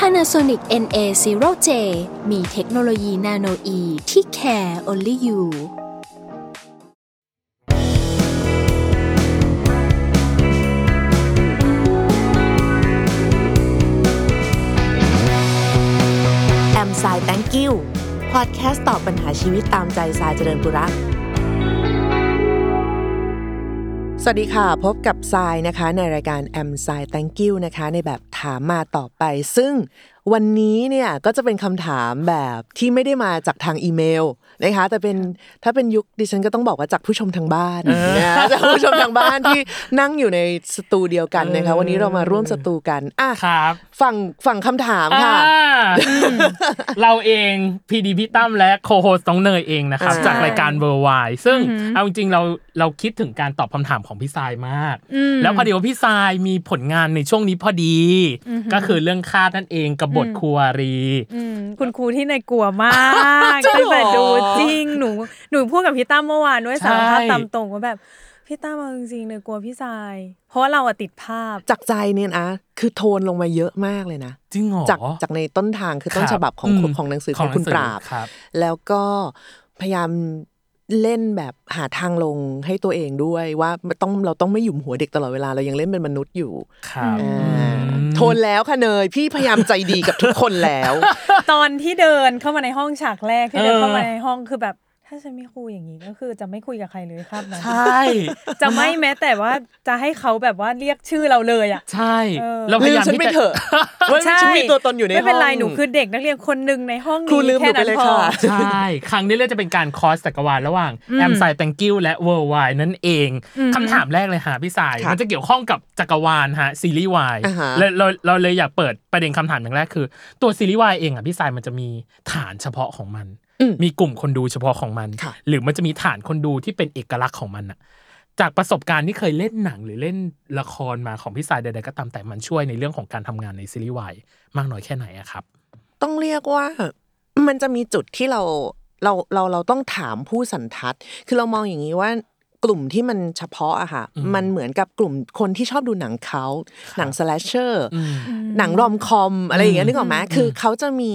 Panasonic NA0J มีเทคโนโลยีนาโนอีที่ care only you แอมไซแตงกิ้วพอดแคสต์ตอบปัญหาชีวิตตามใจสายเจริญบุรักสวัสดีค่ะ พบกับทรายนะคะ ในรายการแอมไซแตงกิ้วนะคะ ในแบบถามมาตอบไป ซึ่งวันนี้เนี่ยก็จะเป็นคำถามแบบที่ไม่ได้มาจากทางอีเมลนะคะ แต่เป็นถ้าเป็นยุคดิฉันก็ต้องบอกว่าจากผู้ชมทางบ้านนะจากผู้ชมทางบ้านที่นั่งอยู่ในสตูเดียวกันนะคะ วันนี้เรามาร่วมสตูกันอ่ะ ครับ ฝั่งฝั่งคำถามค่ะ อ่าเราเองพีดีพี่ตั้มและโคโฮสต้องเนยเองนะครับ ใช่ จากรายการเบอร์วายซึ่งเอาจริงๆเราเราคิดถึงการตอบคำถามของพี่ทรายมาก แล้วพอดีว่าพี่ทรายมีผลงานในช่วงนี้พอดี ก็คือเรื่องคาดนั่นเองกับบทครัวรี อืมคุณครูที่ในกลัวมาก จริ ตั้ ง ง เหรอ แต่ดูจริงหนูหนูพูดกับพี่ตั้มเมื่อวานด้วย ใช่ สารภาพตามตรงว่าแบบพี่ตั้มเอาจริงๆในกลัวพี่ทราย เพราะเราอะติดภา พ จากใจเนี่ยนะคือโทนลงมาเยอะมากเลยนะ จริงเหรอ จากจากในต้นทางคือต้น รั ฉบับของ ม คุณของหนังสือของคุณ หนั ปราบ ครับ แล้วก็พยายามเล่นแบบหาทางลงให้ตัวเองด้วยว่ามันต้องเราต้องไม่หยุมหัวเด็กตลอดเวลาเรายังเล่นเป็นมนุษย์อยู่ ครับ อ่า อืม โทนแล้วค่ะเนยพี่พยายามใจดีกับทุกคนแล้ว ตอนที่เดินเข้ามาในห้องฉากแรกที่เดิน เออ เข้ามาในห้องคือแบบ ถ้าฉันไม่คุยอย่างนี้ก็คือจะไม่คุยกับใครเลยครับนะ ใช่ จะไม่แม้แต่ว่าจะให้เขาแบบว่าเรียกชื่อเราเลยอ่ะ ใช่ เออ เราพยายาม ลืมฉัน ที่ ไป จะ เถอะ ว่า ใช่ ฉันมีตัวตนอยู่ในห้อง ไม่เป็นไรหนูคือเด็กนักเรียนคนหนึ่งในห้องนี้ ครูลืมหนู แค่ ไป นั้น เลย พอ ค่ะ ใช่ ครั้งนี้เรื่องจะเป็นการคอสจักรวาลระหว่าง อืม แอมไซแตงกิ้วและเวอร์ไวนั่นเอง อืม คำถามแรกเลยฮะพี่สาย ค่ะ มันจะเกี่ยวข้องกับจักรวาลฮะซีรีส์วาย อ่าฮะ เราเราเลยอยากเปิดประเด็นคำถามอย่างแรกคือ ตัวซีรีส์วายเองอ่ะพี่สายมันจะมีฐานเฉพาะของมัน อืม มีกลุ่มคนดูเฉพาะของมัน ค่ะ หรือมันจะมีฐานคนดูที่เป็นเอกลักษณ์ของมันอะจากประสบการณ์ที่เคยเล่นหนังหรือเล่นละครมาของพี่สายใดๆก็ตามแต่มันช่วยในเรื่องของการทำงานในซีรีส์วายมากน้อยแค่ไหนอะครับ ต้องเรียกว่ามันจะมีจุดที่เราเราเราเราต้องถามผู้สันทัด คือเรามองอย่างนี้ว่ากลุ่มที่มันเฉพาะอะค่ะ อืม มันเหมือนกับกลุ่มคนที่ชอบดูหนังเขา ครับ หนังสแลชเชอร์ อืม หนังรอมคอมอะไรอย่างเงี้ย อืม นึกออกไหมคือเขาจะมี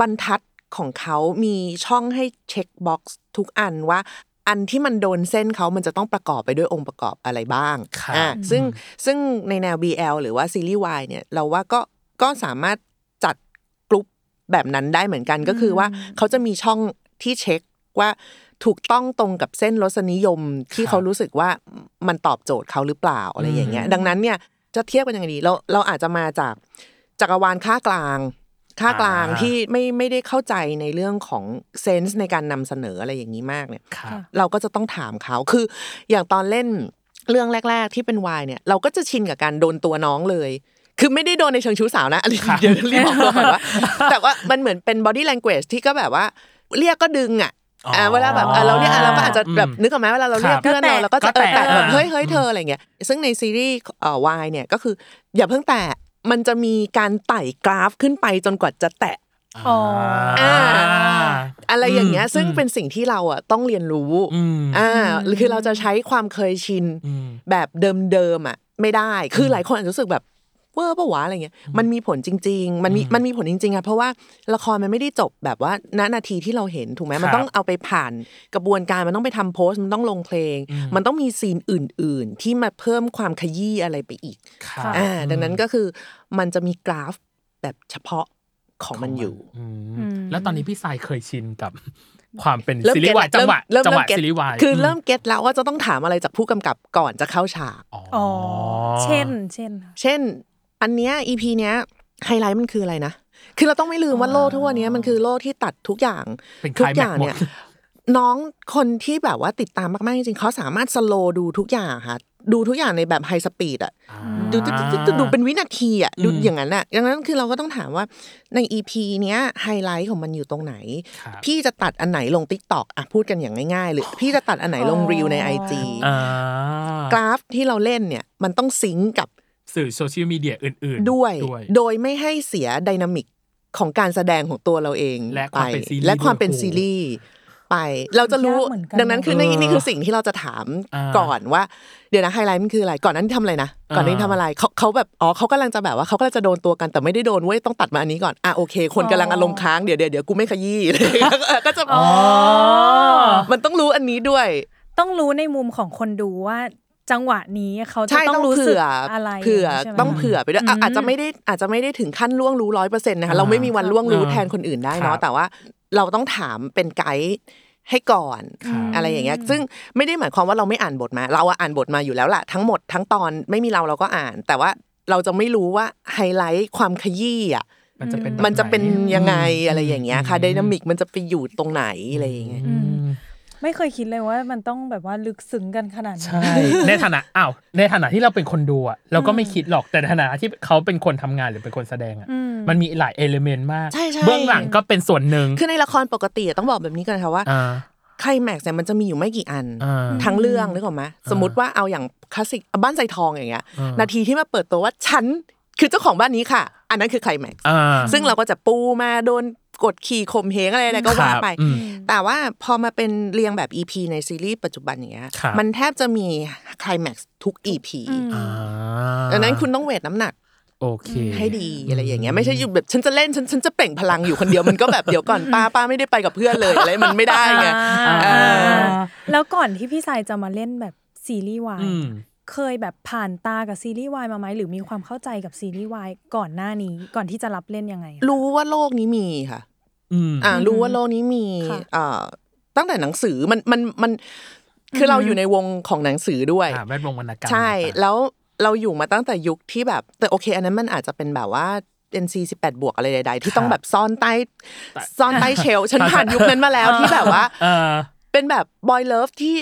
บรรทัดของเขามีช่องให้เช็คบ็อกซ์ทุกอันว่า อันที่มันโดนเส้นเขามันจะต้องประกอบไปด้วยองค์ประกอบอะไรบ้าง ครับ อ่า อืม ซึ่ง ซึ่งในแนว BL หรือว่าซีรีส์วายเนี่ยเราว่าก็ก็สามารถจัดกลุ่มแบบนั้นได้เหมือนกันก็คือว่าเขาจะมีช่องที่เช็คว่าถูกต้องตรงกับเส้นรสนิยมที่ ครับ เขารู้สึกว่ามันตอบโจทย์เขาหรือเปล่าอะไรอย่างเงี้ย ดังนั้นเนี่ยจะเทียบกันยังไงดีเราเราอาจจะมาจากจักรวาลค่ากลาง ค่ากลาง อ่า ที่ไม่ไม่ได้เข้าใจในเรื่องของเซนส์ในการนำเสนออะไรอย่างนี้มากเนี่ย ครับ เราก็จะต้องถามเขาคืออย่างตอนเล่นเรื่องแรก ๆ ที่เป็นวายเนี่ย เราก็จะชินกับการโดนตัวน้องเลย คือไม่ได้โดนในเชิงชู้สาวนะอันนี้ ค่ะ เดี๋ยวรีบบอกก่อนว่า แต่ว่ามันเหมือนเป็น body language ที่ก็แบบว่า เรียกก็ดึงอ่ะ อ๋ออ่ ะเวลาแบบเออเราเรียกอ่ะเราก็อาจจะแบบ อืม นึกออกไหมเวลาเราเรียก ครับ เพื่อนเราเราก็จะเออก็แตะ แตะแบบ อ่า เฮ้ยเฮ้ยเธออะไรอย่างเงี้ยซึ่งในซีรีส์เอ่อวายเนี่ยก็คือ อย่าเพิ่งแตะมันจะมีการไต่กราฟขึ้นไปจนกว่าจะแตะ อ๋ออ่ อ่า อะไรอย่างเงี้ย อืม ซึ่ง อืม เป็นสิ่งที่เราอ่ะต้องเรียนรู้ อืม อ่าหรือคือเราจะใช้ความเคยชิน อืม แบบเดิมๆอ่ะไม่ได้ คือหลายคนอาจจะรู้สึกแบบเวอร์ปะวะอะไรเงี้ย มันมีผลจริง ๆ มันมี อืม มันมีผลจริงๆอ่ะเพราะว่าละครมันไม่ได้จบแบบว่าณนาทีที่เราเห็นถูกไหม ครับ มันต้องเอาไปผ่านกระบวนการมันต้องไปทำโพสต์มันต้องลงเพลง อืม มันต้องมีซีนอื่น ๆ ที่มาเพิ่มความขยี้อะไรไปอีก ค่ะ อ่าดังนั้นก็คือมันจะมีกราฟแบบเฉพาะของมันอยู่ ม อืม แล้วตอนนี้พี่สายเคยชินกับ ความเป็น เริ่ม ซีรี เก็ต ส์วายจังหวะ เริ่ม จังห เริ่ม วะ เก็ต ซีรีส์วาย คือเริ่มเก็ตแล้วว่าจะต้องถามอะไรจากผู้กำกับก่อนจะเข้าฉาก อ๋อ อ๋ อ๋ อ อ เช่นเช่น เช่น อันเนี้ย EP เนี้ยไฮไลท์มันคืออะไรนะ คือเราต้องไม่ลืมว่าโลกทั่วเนี้ยมันคือโลกที่ตัดทุกอย่าง เป็น ทุ คลาอก ยแม็ก ย่าง หม เนี่ ด ย น้องคนที่แบบว่าติดตามมากๆจริงๆเขาสามารถสโลว์ดูทุกอย่างค่ะ ดูทุกอย่างในแบบไฮสปีดอะ อ่า ดูดูดูดูดูเป็นวินาทีอะดู อืม อย่างนั้นอะดังนั้นคือเราก็ต้องถามว่าใน EP เนี้ยไฮไลท์ของมันอยู่ตรงไหน ครับ พี่จะตัดอันไหนลง t ิ k t o k อ่ะพูดกันอย่างง่ายๆ หรือพี่จะตัดอันไหนลงรีวใน IG อ่าก ราฟที่เราเล่นเนี่ยมันต้องซิงก์กับ สื่อโซเชียลมีเดียอื่น ๆ ด้วย โดยไม่ให้เสียไดนามิกของการแสดงของตัวเราเอง และค ไป วามเป็นซีรีส์ และความเป็นซีรีส์ไป เราจะรู้ ยากเหมือนกัน ดังนั้นคือนี่ เออ นี่คือสิ่งที่เราจะถาม อ่า ก่อนว่า เดี๋ยวนะไฮไลท์มันคืออะไรก่อนนั้นทำอะไรนะก่อนนี้ อ่า ทำอะไรเขาเขาแบบอ๋อเขากำลังจะแบบว่าเขากำลังจะโดนตัวกันแต่ไม่ได้โดนเว้ยต้องตัดมาอันนี้ก่อนอ่ะโอเค คนกำลังอารมณ์ค้างเดี๋ยวเดี๋ยวเดี๋ยวกูไม่ขยี้ ก็จะ อ๋อ มันต้องรู้อันนี้ด้วย ต้องรู้ในมุมของคนดูว่าจังหวะนี้เขาจะ ใช่ ต้ ต้ออง ง รู้สึก เผื่อ อะไร เผื่อ ใช่ไหม ต้องเผื่อไปด้วยอ่ะ อืม อาจจะไม่ได้อาจจะไม่ได้ถึงขั้นล่วงรู้ร้อยเปอร์เซ็นต์นะคะ อ่า เราไม่มีวันล่วงรู้ อ่า แทนคนอื่นได้ ครั เนาะ บ แต่ว่าเราต้องถามเป็นไกด์ให้ก่อน ครับ อะไรอย่างเงี้ยซึ่งไม่ได้หมายความว่าเราไม่อ่านบทมา เราอะอ่านบทมาอยู่แล้วล่ะทั้งหมดทั้งตอนไม่มีเราเราก็อ่าน แต่ว่าเราจะไม่รู้ว่าไฮไลท์ความขยี้อ่ะ มันจะเป็น มันจะเป็นยังไงอะไรอย่างเงี้ยค่ะ อืม ไดนามิกมันจะไปอยู่ตรงไหนอะไรอย่างเงี้ย อืม ไม่เคยคิดเลยว่ามันต้องแบบว่าลึกซึ้งกันขนาดนี้ ใช่ ในฐานะอ้าวในฐานะที่เราเป็นคนดูอะเราก็ไม่คิดหรอกแต่ในฐานะที่เขาเป็นคนทำงานหรือเป็นคนแสดงอะ อืม มันมีหลายเอลิเมนต์มาก ใช่ใช่ เบื้องหลังก็เป็นส่วนหนึ่ง คือในละครปกติอะต้องบอกแบบนี้ก่อนนะคะว่า อ่า ไคลแม็กซ์เนี่ยมันจะมีอยู่ไม่กี่อัน อ่า ทั้งเรื่องนึกออกไหมสมมติว่าเอาอย่างคลาสสิกบ้านใจทองอย่างเงี้ย อ่า นาทีที่มาเปิดตัวว่าฉันคือเจ้าของบ้านนี้ค่ะ อันนั้นคือไคลแม็กซ์ อ่า ซึ่งเราก็จะปูมาโดนกดขี่ข่มเหงอะไรอะไรก็ว่าไป ครับอืม แต่ว่าพอมาเป็นเรียงแบบ EP ในซีรีส์ปัจจุบันอย่างเงี้ย ครับ มันแทบจะมีไคลแม็กซ์ทุก EP อ่า ดังนั้นคุณต้องเวทน้ำหนัก โอเค ให้ดีอะไรอย่างเงี้ยไม่ใช่อยู่แบบฉันจะเล่นฉันฉันจะเปล่งพลังอยู่คนเดียวมันก็แบบเดี๋ยวก่อนป้าป้าไม่ได้ไปกับเพื่อนเลยอะไรมันไม่ได้ไง อ่า เออ แล้วก่อนที่พี่สายจะมาเล่นแบบซีรีส์วาย อืม เคยแบบผ่านตากับซีรีส์วายมาไหมหรือมีความเข้าใจกับซีรีส์วายก่อนหน้านี้ก่อนที่จะรับเล่นยังไง รู้ว่าโลกนี้มีค่ะ อืม อ่า อืม รู้ว่าโลกนี้มี ค่ะ เอ่อตั้งแต่หนังสือมันมันมันคือเรา อือฮึ อยู่ในวงของหนังสือด้วย อ่าแวดวงวรรณกรรม ใช่ ต่างๆ แล้วเราอยู่มาตั้งแต่ยุคที่แบบ แต่โอเค อันนั้นมันอาจจะเป็นแบบว่า NC 18 บวกอะไรใด ๆ ที่ต้องแบบซ่อนใต้ แต่ ซ่อนใต้เชลฟ์ฉันผ่านยุคนั้นมา แล้วที่แบบว่า เออ เป็นแบบบอยเลิฟที่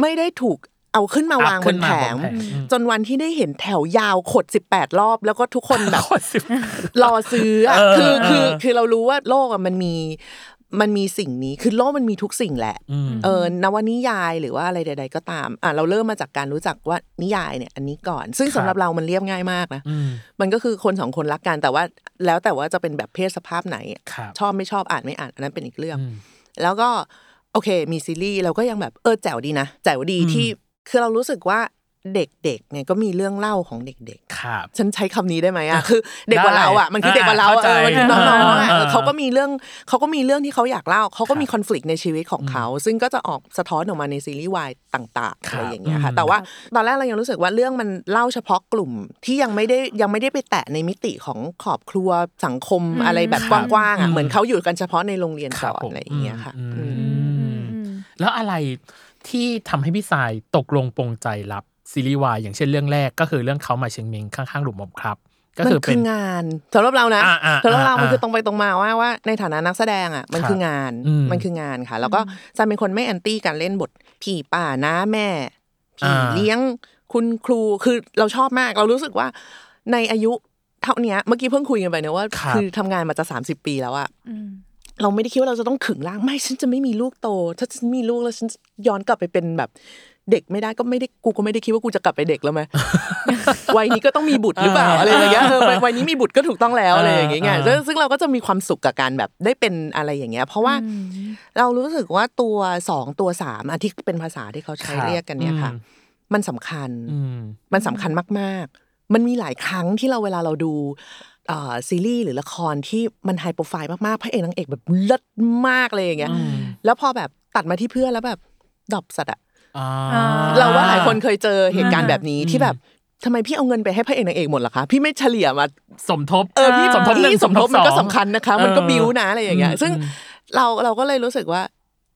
ไม่ได้ถูกเอาขึ้นมาวาง เอา บ ขึ้ นแผมนาวาง งแผงอืม จนวันที่ได้เห็นแถวยาวขด 18 รอบ แล้วก็ทุกคนแบบ โคตรสิบ รอซื้ออะ เออ คือ เออ คือคือเรารู้ว่าโลกอะมันมีมันมีสิ่งนี้คือโลกมันมีทุกสิ่งแหละ อืม เออนวนิยายหรือว่าอะไรใด ๆ ก็ตามอ่ะเราเริ่มมาจากการรู้จักว่านิยายเนี่ยอันนี้ก่อน ซึ่ง ครับ สำหรับเรามันเรียบง่ายมากนะ อืม มันก็คือคนสองคนรักกันแต่ว่าแล้วแต่ว่าจะเป็นแบบเพศสภาพไหน ครับ ชอบไม่ชอบอ่านไม่อ่านอันนั้นเป็นอีกเรื่อง อืม แล้วก็โอเคมีซีรีส์เราก็ยังแบบเออแจ๋วดีนะแจ๋วดี อืม ที่คือเรารู้สึกว่าเด็กๆเนี่ยก็มีเรื่องเล่าของเด็ก ๆ ครับ ฉันใช้คำนี้ได้ไหมอ่ะคือ เด็กกว่าเราอ่ะ ได้ มันคือเด็กกว่าเราอะ อ่า เออมันคือน้อ เข้าใจ งๆอะ อ่า เออเขาก็มีเรื่องเขาก็มีเรื่องที่เขาอยากเล่าเขาก็มี ครับ คอน FLICT ในชีวิตของเขา ซึ่งก็จะออกสะท้อนออกมาในซีรีส์วายต่างๆ ค อะ รับ ไรอย่างเงี้ยค่ะ อืม แต่ว่าตอนแรกเรายังรู้สึกว่าเรื่องมันเล่าเฉพาะกลุ่มที่ยังไม่ได้ยังไม่ได้ไปแตะในมิติของครอบครัวสังคม อืม อะไรแบบกว้างๆอ่ะเหมือนเขาอยู่กันเฉพาะในโรงเรียน ค ก่ บ อน ผม อะไรอย่างเงี้ยค่ะ อืม อืม อืม อืม แล้วอะไรที่ทำให้พี่สายตกลงปรงใจรับซีรีส์วายอย่างเช่นเรื่องแรกก็คือเรื่องเขามาเชียงเมงข้างๆหลุมหมอบครับ ก็ มัน คือ คื เป็น องานสำหรับเรานะ อ่าอ่า สำหรับเรา มัน อ่า คือตรงไปตรงมาว่าว่าในฐานะนักแสดงอ่ะมัน ครับ คืองาน อืม มันคืองานค่ะ แล้วก็ซันเป็นคนไม่แอนตี้การเล่นบทผีป่านะแม่ผี อ่า เลี้ยงคุณครูคือเราชอบมากเรารู้สึกว่าในอายุเท่าเนี้ยเมื่อกี้เพิ่งคุยกันไปนะว่า ครับ คือทำงานมาจะ 30 ปีแล้วอะเราไม่ได้คิดว่าเราจะต้องขึงร่างไม่ฉันจะไม่มีลูกโต ถ้าฉันมีลูกแล้วฉันจะย้อนกลับไปเป็นแบบเด็กไม่ได้ก็ไม่ได้กูก็ไม่ได้คิดว่ากูจะกลับไปเด็กแล้ว ไหม วัยนี้ก็ต้องมีบุตรหรือเปล่า อ่า อะไรอย่างเงี้ยเออวัยวัยนี้มีบุตรก็ถูกต้องแล้วอะไรอย่างเงี้ยไง อ่า ซึ่งซึ่งเราก็จะมีความสุขกับการแบบได้เป็นอะไรอย่างเงี้ย เพราะว่าเรารู้สึกว่าตัวสองตัวสามอะที่เป็นภาษาที่เขาใช้ ครับ เรียกกันเนี่ยค่ะ อืม มันสำคัญ อืม มันสำคัญมาก ๆ มันมีหลายครั้งที่เราเวลาเราดูเอ่อซีรีส์หรือละครที่มันไฮโปรไฟล์มาก ๆ พระเอกนางเอกแบบเลิศมากเลยอย่างเงี้ย อืม แล้วพอแบบตัดมาที่เพื่อนแล้วแบบดรอบสัตว์อะ อ่า อ่า เราว่าหลายคนเคยเจอเหตุการณ์แบบนี้ อืม ที่แบบทำไมพี่เอาเงินไปให้พระเอกนางเอกหมดล่ะคะ พี่ไม่เฉลี่ยมา สมทบ เออพี่ สมทบหนึ่ง พี่สมทบมันก็ อง สำคัญนะคะ มันก็ เออ บิวนะอะไรอย่างเงี้ย อืม ซึ่ง อืม เราเราก็เลยรู้สึกว่า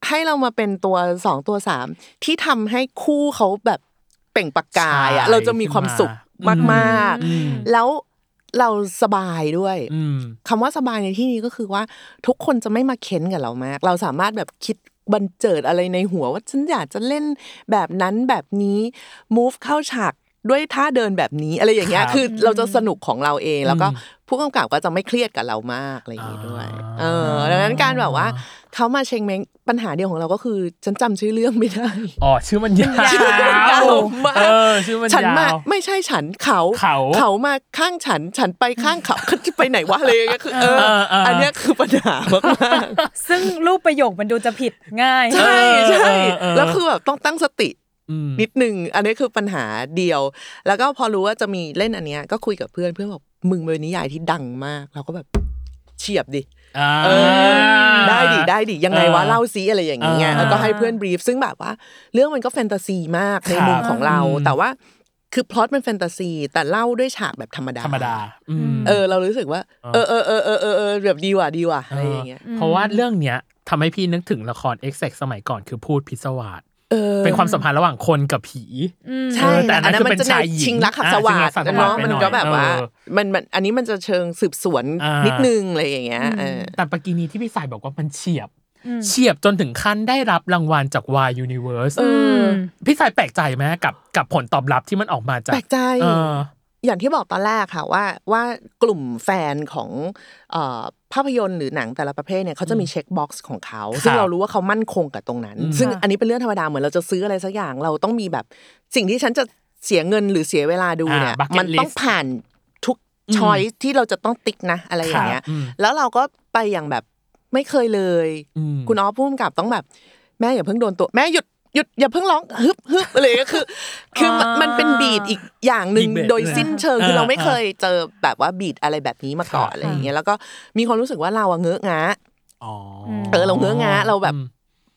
ให้เรามาเป็นตัวสองตัวสามที่ทำให้คู่เขาแบบเปล่งประกายอะ ใช่ เราจะมีความสุขมาก อืม ๆ แล้วเราสบายด้วย อืม คำว่าสบายในที่นี้ก็คือว่า ทุกคนจะไม่มาเค้นกับเรามาก เราสามารถแบบคิด บันเจิดอะไรในหัวว่าฉันอยากจะเล่นแบบนั้นแบบนี้ move เข้าฉากด้วยท่าเดินแบบนี้อะไรอย่างเงี้ย ครับ คือเราจะสนุกของเราเอง แล้วก็ อืม ผู้กำกับก็จะไม่เครียดกับเรามากอะไรอย่างงี้ด้วย อ่า เออดังนั้นการแบบว่าเขามาเชงเม้งปัญหาเดียวของเราก็คือฉันจำชื่อเรื่องไม่ได้ อ๋อชื่อมันยา ชื่อมันยาว วมาก เออชื่อมัน ฉัน ยาม าว ไม่ใช่ฉันเขา เขา มาข้างฉันฉันไปข้าง เขาเขาจะไปไหนวะอะไรอย่างเงี้ยคือเออ เออเอออั อันเนี้ยคือปัญหามากๆ ซึ่งรูปประโยคมันดูจะผิดง่าย ใช่ใช่ เออเออ แล้วคือแบบต้องตั้งสติ อืม นิดนึง อันนี้คือปัญหาเดียว แล้วก็พอรู้ว่าจะมีเล่นอันเนี้ยก็คุยกับเพื่อนเพื่อนบอกมึงเป็นนิยายที่ดังมากเราก็แบบเฉียบดิ อ่า เออได้ดิได้ดิยังไงวะ เออ เล่าซิอะไรอย่างเงี้ย เออ แล้วก็ให้เพื่อนบรีฟซึ่งแบบว่า เรื่องมันก็แฟนตาซีมากใน ครับ มุมของเรา อืม แต่ว่าคือพล็อตมันแฟนตาซี แต่เล่าด้วยฉากแบบธรรมดา ธรรมดาอืม เออเรารู้สึกว่าเออเออเออเออเออเออแบบดีว่ะดีว่ะอะไรอย่างเงี้ย เพราะว่าเรื่องเนี้ยทำให้พี่นึกถึงละคร x อ็กสมัยก่อนคือพูดพิศวาส เออ เป็นความสัมพันธ์ระหว่างคนกับผี ใช่ เออแต่อันนั้นคือ มั เป็น จะ ชายหญิง ชิงรักขับ อ่ สวัสดิ์ ชิงรักขัดสวัส เนาะ ดิ์ไป มัน หอย ก็แบบว่า เออ มันมันอันนี้มันจะเชิงสืบสวน อ่านิ นิดนึงอะไรอย่างเงี้ยเออ แต่ปกินีที่พี่สายบอกว่ามันเฉียบ เฉียบจนถึงขั้นได้รับรางวัลจาก Y Universe ม พี่สายแปลกใจไหมกับกับผลตอบรับที่มันออกมาจาก แปลกใจ เออ อย่างที่บอกตอนแรกค่ะว่าว่ากลุ่มแฟนของเอ่อภาพยนตร์หรือหนังแต่ละประเภทเนี่ยเขาจะมีเช็คบ็อกซ์ของเขาซึ่งเรารู้ว่าเขามั่นคงกับตรงนั้น อืม ซึ่ง ค่ะ อันนี้เป็นเรื่องธรรมดาเหมือนเราจะซื้ออะไรสักอย่างเราต้องมีแบบสิ่งที่ฉันจะเสียเงินหรือเสียเวลาดูเนี่ย อ่า bucket มันต้อง list ผ่านทุกช้อยที่เราจะต้องติ๊กนะอะไรอย่างเงี้ย ครับอืม แล้วเราก็ไปอย่างแบบไม่เคยเลย อืม คุณออฟพุ่มกับต้องแบบ แม่อย่าเพิ่งโดนตัว แม่หยุดหยุดอย่าเพิ่งร้องฮึบฮึบอะไรก็คือ คือมันมันเป็นบีดอีกอย่างหนึ่ง อีกแบบ โดยสิ้นเชิงคือเรา อ่า ไม่เคยเจอแบบว่าบีดอะไรแบบนี้มาก่อน ครับ อะไรอย่างเงี้ยแล้วก็มีความรู้สึกว่าเราอะเงอะงะ อ๋อ เออเราเงอะงะเราแบบ อืม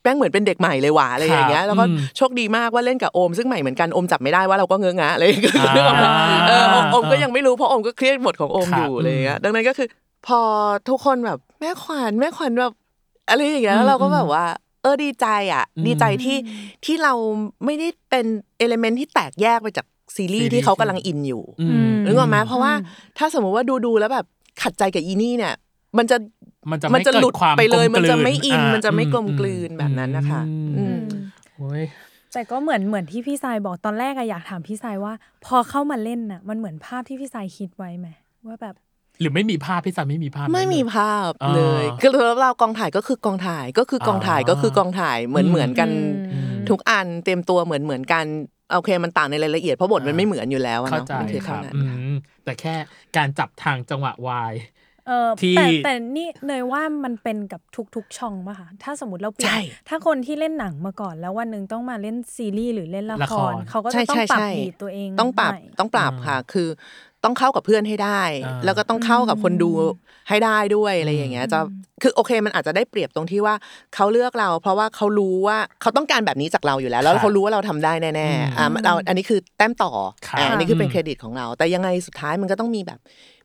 แป้งเหมือนเป็นเด็กใหม่เลยว่ะอะไรอย่างเงี้ย ครับ แล้วก็ อืม โชคดีมากว่าเล่นกับโอมซึ่งใหม่เหมือนกันโอมจับไม่ได้ว่าเราก็เงอะงะอะไรอย่างเงี้ย อ่า นึกออกปะเออโอมโอมก็ อ่ายั ยังไม่รู้เพราะโอมก็เครียดหมดของโอม ครัอบยู่อะไรอย่างเงี้ยดังนั้นก็คือ พอทุกคนแบบแม่ขวัญแม่ขวัญแบบอะไรอย่างเงี้ย อืม แล้วเราก็แบบว่า เออดีใจอ่ะ อืม ดีใจที่ที่เราไม่ได้เป็นเอลิเมนที่แตกแยกไปจากซีรี ซีรี ส์ ส์ ที่เขากำลังอินอยู่ อืม นึกออกไหมเพราะว่าถ้าสมมุติว่าดูดูๆแล้วแบบขัดใจกับอีนี่เนี่ย มันจะ มันจะ มันจะ ไเกิ หลุด ความ ไปเลย ก มัน ลื จะไม่อินา มันจะไม่ อื กลมกลืนแบบนั้นนะคะอื อืม ม โอ้ย แต่ก็เหมือนเหมือนที่พี่สายบอกตอนแรกอะอยากถามพี่สายว่า พอเข้ามาเล่นน่ะ มันเหมือนภาพที่พี่สายคิดไว้ไหมว่าแบบ หรือไม่มีภาพพี่สามไม่มีภาพนั้น ไม่มี เลย ภาพเลย อ่า คือแล้วเรากองถ่ายก็คือกองถ่ายก็คือกองถ่ายก็คือกองถ่ายเหมือน อืม เหมือนกัน อืม ทุกอันเตรียมตัวเหมือนเหมือนกันโอเคมันต่างในรายละเอียดเพราะบทมันไม่เหมือนอยู่แล้วอะ เข้า เนาะ ใจ มันคือ ค เท่า รับ นั้น อื ค่ะ มแต่แค่การจับทางจังหวะวาย เออ ที่ แต่แต่นี่เนยว่ามันเป็นกับทุกๆช่องป่ะคะถ้าสมมติเราเปลี่ยน ใช่ ถ้าคนที่เล่นหนังมาก่อน แล้ววันหนึ่งต้องมาเล่นซีรีส์หรือเล่นละ ละ ค ค ร ร เขาก็ ใช่ จะต้อง ใช่ ปรับ ใช่ บีทตัวเอง ต้องปรับ ใหม่ ต้องปรับ อ่า ค่ะคือต้องเข้ากับเพื่อนให้ได้ อ่า แล้วก็ต้องเข้ากับคนดูให้ได้ด้วยอะไร อืม อย่างเงี้ยจะคือโอเคมันอาจจะได้เปรียบตรงที่ว่าเขาเลือกเรา เพราะว่าเขารู้ว่าเขาต้องการแบบนี้จากเราอยู่แล้ว แล้วเขารู้ว่าเราทำได้แน่ๆอ่าเราอันนี้คือแต้มต่อ ครับ อ่าอันนี้คือเป็น อืม เครดิตของเรา แต่ยังไงสุดท้ายมันก็ต้องมีแบบ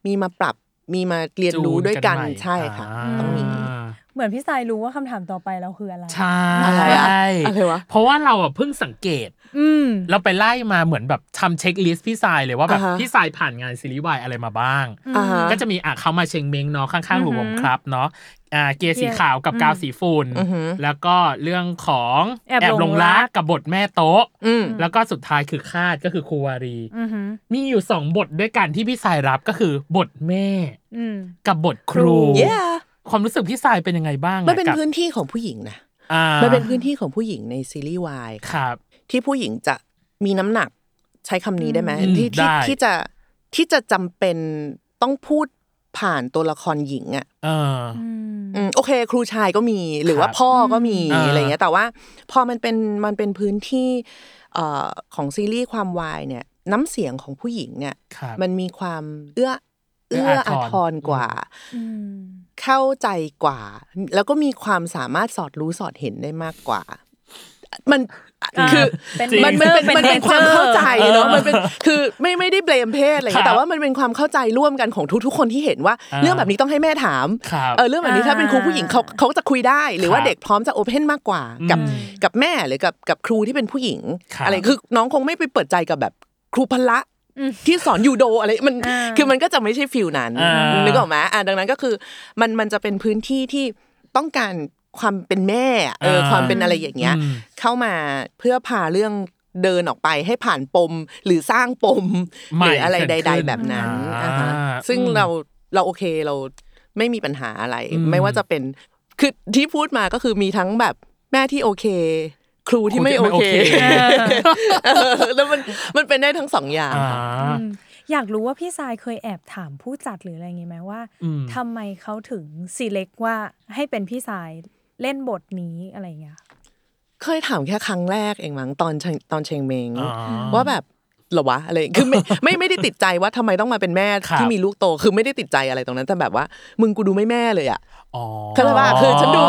มีมาปรับมีมาเรียนรู้ จู ด้วยกัน ใหม่ ใช่ค่ะ า ต้องมี อ่า เหมือนพี่สายรู้ว่าคำถามต่อไปเราคืออะไร ใช่ อะไรอะอะไรวะ เพราะว่าเราอะเพิ่งสังเกต อืม เราไปไล่มาเหมือนแบบทำเช็คลิสต์พี่สายเลยว่าแบบ อ่าฮะ พี่สายผ่านงานซีรีส์วายอะไรมาบ้าง อ่าฮะ ก็จะมีอ่ะเขามาเชงเมงเนาะข้างๆหัวผมครับเนาะอ่าเกยร์สีขาวกับกาวสีฝุ่น อือหือ แล้วก็เรื่องของ แอบหลงรัก กับบทแม่โต๊ะ อืม แล้วก็สุดท้ายคือคาดก็คือครูวารี อือหือ มีอยู่สองบทด้วยกันที่พี่สายรับก็คือบทแม่ อืม กับบทครู yeah ความรู้สึกพี่สายเป็นยังไงบ้างอะ มันเป็น กับ พื้นที่ของผู้หญิงนะ อ่า มันเป็นพื้นที่ของผู้หญิงในซีรีส์วาย ครับ ที่ผู้หญิงจะมีน้ำหนักใช้คำนี้ได้ไหม อืม ที่ ได้ ที่ที่จะที่จะจำเป็นต้องพูดผ่านตัวละครหญิงอ่ะ เออ อืมโอเค ครูชายก็มีหรือว่า ครับ พ่อก็มี อ่า อะไรเงี้ยแต่ว่าพอมันเป็นมันเป็นพื้นที่เอ่อของซีรีส์ความวายเนี่ย น้ำเสียงของผู้หญิงเนี่ย ครับ มันมีความเอื้อ เอื้ เอื้ อ อ อา อา ท ท ร รกว่า เข้าใจกว่า แล้วก็มีความสามารถสอดรู้สอดเห็นได้มากกว่า มัน อ่า คือ เป็น มันมันเป็น nature มันเป็น เป็น nature ความเข้าใจเนาะ เออ มันเป็นคือไม่ไม่ได้เบลมเพศอะไร ครับ แต่ว่ามันเป็นความเข้าใจร่วมกันของทุกๆคนที่เห็นว่า อ่า เรื่องแบบนี้ต้องให้แม่ถาม ครับ เออเรื่องแบบนี้ถ้าเป็นครูผู้หญิงเขาเขาจะคุยได้ หรือว่า ครับ เด็กพร้อมจะโอเพนมากกว่า กับ อืม กับแม่หรือกับกับครูที่เป็นผู้หญิง ครับ อะไรคือน้องคงไม่ไปเปิดใจกับแบบครูพละที่สอนยูโดอะไรมัน อ่า คือมันก็จะไม่ใช่ฟิลนั้น อ่านึ นึกออกไหมอ่ะดังนั้นก็คือมันมันจะเป็นพื้นที่ที่ต้องการ ความเป็นแม่อะเออ อ่า ความเป็นอะไรอย่างเงี้ย อืม เข้ามาเพื่อพาเรื่องเดินออกไปให้ผ่านปม หรือสร้างปม ใหม่ หรืออะไร เกิด ใด ขึ้น ๆ แบบนั้น อ่า อ่าฮะซึ่ง อืม เราเราโอเคเราไม่มีปัญหาอะไร อืม ไม่ว่าจะเป็นคือที่พูดมาก็คือมีทั้งแบบแม่ที่โอเค ครูที่ไม่โอเค ครูที่ไม่โอเค เออแล้วมันมันเป็นได้ทั้งสองอย่าง อ่า ค่ะ อืมอยากรู้ว่าพี่สายเคยแอบถามผู้จัดหรืออะไรอย่างงี้ไหมว่า อืม ทำไมเขาถึงซีเล็กว่าให้เป็นพี่สายเล่นบทนี้อะไรอย่างเงี้ย เคยถามแค่ครั้งแรกเองมั้งตอนเชงตอนเชงเมง อ๋อ ว่าแบบเหรอวะอะไรคือไม่ ไม่ไม่ได้ติดใจว่าทำไมต้องมาเป็นแม่ ครับ ที่มีลูกโตคือไม่ได้ติดใจอะไรตรงนั้นแต่แบบว่า มึงกูดูไม่แม่เลยอะ อ๋อ เข้าใจป่ะคือฉันดู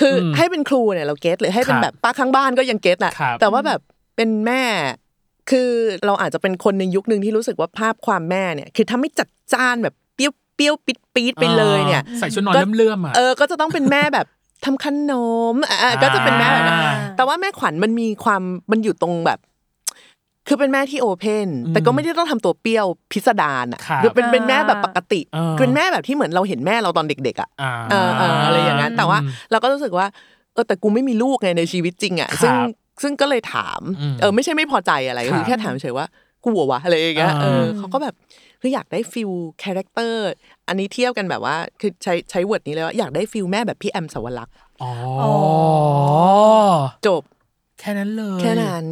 คืออ ม ให้เป็นครูเนี่ยเราเก็ตเลยให้เป็น ครับ แบบป้าข้างบ้านก็ยังเก็ตแหละ ครับ แต่ว่าแบบเป็นแม่ คือเราอาจจะเป็นคนในยุคหนึ่งที่รู้สึกว่าภาพความแม่เนี่ย คือถ้าไม่จัดจ้านแบบเปรี้ยวเปรี้ยวปิดปิดไปเลยเนี่ย าใส่ชุดนอน ก็ เลื่อมๆอ่ะ เออก็จะต้องเป็นแม่แบบทำขนมอ่ะอ่ะก็จะเป็นแม่แบบนั้น อ่า แต่ว่าแม่ขวัญมันมีความมันอยู่ตรงแบบ คือเป็นแม่ที่โอเพนแต่ก็ไม่ได้ต้องทำตัวเปรี้ยวพิสดารอ่ะ ครับ หรือเป็นเป็นแม่แบบปกติ อ่า เป็นแม่แบบที่เหมือนเราเห็นแม่เราตอนเด็กๆอ่ะ อ่า เออเอออะไรอย่างนั้นแต่ว่าเราก็รู้สึกว่าเออแต่กูไม่มีลูกไงในชีวิตจริงอ่ะ ครับ ซึ่งซึ่งก็เลยถาม อืม เออไม่ใช่ไม่พอใจอะไร ครับ คือแค่ถามเฉยว่ากูเหรอวะอะไรอย่างเงี้ย อ่า เออเขาก็แบบคืออยากได้ฟิลคาแรคเตอร์อันนี้เทียบกันแบบว่าคือใช้ใช้เวิร์ดนี้เลยว่าอยากได้ฟิลแม่แบบพี่แอมสวรักษ์ ๋ออ๋อ๋อ อ จบ แค่นั้นเลย แค่นั้น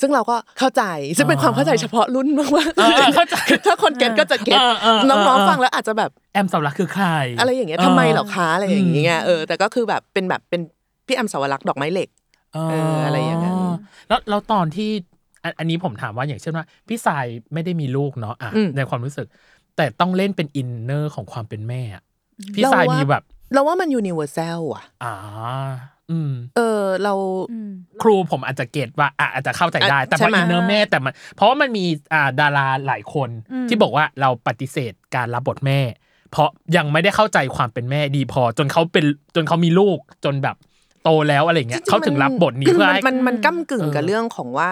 ซึ่งเราก็เข้าใจซึ่งเป็นความเข้าใจเฉพาะรุ่นมาก เออเข้าใจ คือถ้าคนเก็ตก็จะเก็ต เออเออเออ น้องๆฟังแล้วอาจจะแบบ แอมสำลักคือใคร อะไรอย่างเงี้ยทำไมเหรอคะอะไรอย่าง ม เงี้ยเออแต่ก็คือแบบเป็นแบบเป็นพี่แอมสาวรักษ์ดอกไม้เหล็ก เออ เอออะไรอย่างนั้น แล้วแล้วตอนที่อันอันนี้ผมถามว่าอย่างเช่นว่า พี่สายไม่ได้มีลูกเนาะอ่ะ อืม ในความรู้สึก แต่ต้องเล่นเป็นอินเนอร์ของความเป็นแม่อะพี่สายมีแบบ เราว่ามันยูนิเวอร์แซลอ่ะ อ่า อืม เออเรา อืม ครูผมอาจจะเก็ตว่าอ่ะอาจจะเข้าใจได้ อ่ะ แต่พ ใช่ อ ไหม อินเนอร์แม่แต่มันเพราะว่ามันมีอ่าดาราหลายคน อืม ที่บอกว่าเราปฏิเสธการรับบทแม่ เพราะยังไม่ได้เข้าใจความเป็นแม่ดีพอ จนเขาเป็นจนเขามีลูกจนแบบโตแล้วอะไรเงี้ย จริๆ เขาถึง มัน รับบทนี้เพื่อให้ มันมันมันก้ากึ่งกับ เออ เรื่องของว่า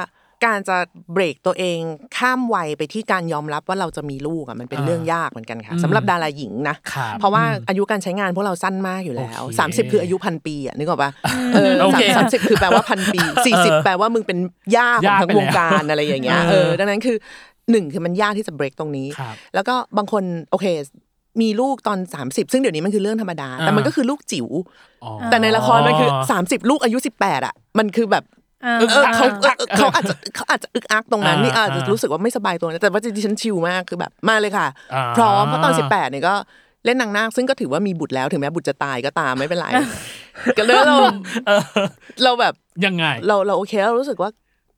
การจะเบรกตัวเองข้ามวัยไปที่การยอมรับว่าเราจะมีลูกอ่ะมันเป็นเรื่องยากเหมือนกันค่ะสำหรับดาราหญิงนะ ครับ เพราะว่าอายุการใช้งานพวกเราสั้นมากอยู่แล้ว โอเค 30 คืออายุพันปีอ่ะนึกออกปะเออ โอเค สามสิบคือแปลว่าพันปี เออ 40 แปลว่ามึงเป็นย่าของทั้งวงการ ย่าไปแล้ว อะไรอย่างเงี้ย เอ เอ อ อดังนั้นคือหนึ่งคือมันยากที่จะเบรกตรงนี้ ครับ แล้วก็บางคนโอเค มีลูกตอน 30 ซึ่งเดี๋ยวนี้มันคือเรื่องธรรมดา แต่มัน อ่า ก็คือลูกจิ๋ว อ๋อ แต่ในละครมันคือ 30 ลูกอายุ 18 อ่ะ มันคือแบบ อ่า เออ เออเขาเออเขาอาจจะเขาอาจจะอึกอักตรงนั้น อ่า นี่อาจจะ อ่ารู้ รู้สึกว่าไม่สบายตัวนะแต่ว่าจริงๆฉันชิลมากคือแบบมาเลยค่ะ อ่า พร้อมเพราะตอน 18เนี่ยก็เล่นนางนาคซึ่งก็ถือว่ามีบุตรแล้วถึงแม้บุตรจะตายก็ตามไม่เป็นไรก็เลยเรา เออ เราแบบ ยังไง เราเราโอเคเรารู้สึกว่า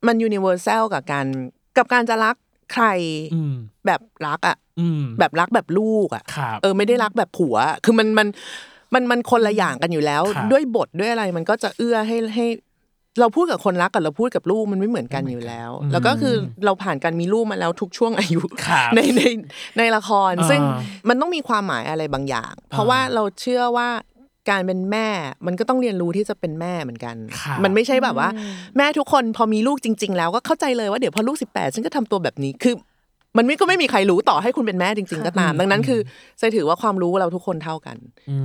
มันยูนิเวอร์แซลกับการกับการจะรักใคร อืม แบบรักอ่ะ อืม แบบรักแบบลูกอ่ะ ครับ เออไม่ได้รักแบบผัว คือมันมันมันมันคนละอย่างกันอยู่แล้ว ครับ ด้วยบทด้วยอะไรมันก็จะเอื้อให้ให้ เราพูดกับคนรักกับเราพูดกับลูกมันไม่เหมือนกันอยู่แล้ว อืม แล้วก็คือเราผ่านการมีลูกมาแล้วทุกช่วงอายุ ครับ ใน ในในละคร อ่า ซึ่งมันต้องมีความหมายอะไรบางอย่าง เพราะว่าเราเชื่อว่าการเป็นแม่ มันก็ต้องเรียนรู้ที่จะเป็นแม่เหมือนกัน ครับ มันไม่ใช่แบบว่า แม่ทุกคนพอมีลูกจริง ๆ แล้วก็เข้าใจเลยว่าเดี๋ยวพอลูก 18ฉันก็ทำตัวแบบนี้คือ มันไม่ก็ไม่มีใครรู้ต่อให้คุณเป็นแม่จริง ๆ ก็ตาม ดังนั้นคือใจถือว่าความรู้เราทุกคนเท่ากัน อื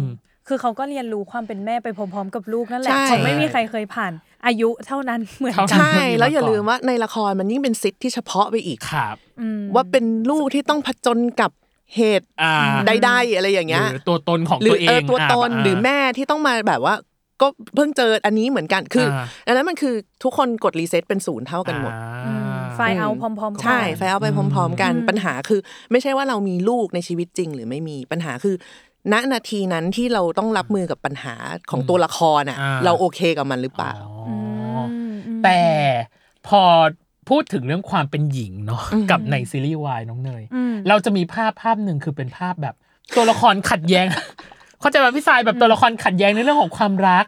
ม คือเขาก็เรียนรู้ความเป็นแม่ไปพร้อมๆกับลูกนั่นแหละ ใช่ เขาไม่มีใครเคยผ่านอายุเท่านั้นเหมือนกัน เท่านั้น ใช่แล้วอย่าลืมว่าในละครมันยิ่งเป็นซิทที่เฉพาะไปอีก ครับ อืม ว่าเป็นลูกที่ต้องผจญกับเหตุ อ่า ใดๆอะไรอย่างเงี้ย หรือตัวตนของ หรือตัวเอง เออตัวตน อ่า หรือแม่ที่ต้องมาแบบว่า ก็เพิ่งเจออันนี้เหมือนกันคืออา อันนั้นมันคือทุกคนกดรีเซ็ตเป็นศูนย์เท่ากันหมด อ่า อืมไฟล์เอาท์พร้อมๆกัน ใช่ไฟเอาไปพร้อม ๆ กัน อืม ปัญหาคือ ไม่ใช่ว่าเรามีลูกในชีวิตจริง หรือไม่มีปัญหาคือ ณนาทีนั้นที่เราต้องรับมือกับปัญหาของตัวละครน่ะ อ่า เราโอเคกับมันหรือเปล่า อ๋ออ มอืม แต่พอพูดถึงเรื่องความเป็นหญิงเนาะ อืม กับในซีรีส์วายน้องเนย อืม เราจะมีภาพภาพหนึ่งคือเป็นภาพแบบ ตัวละครขัดแย้ง เข้าใจไหมพี่สายแบบตัวละครขัดแย้งในเรื่องของความรัก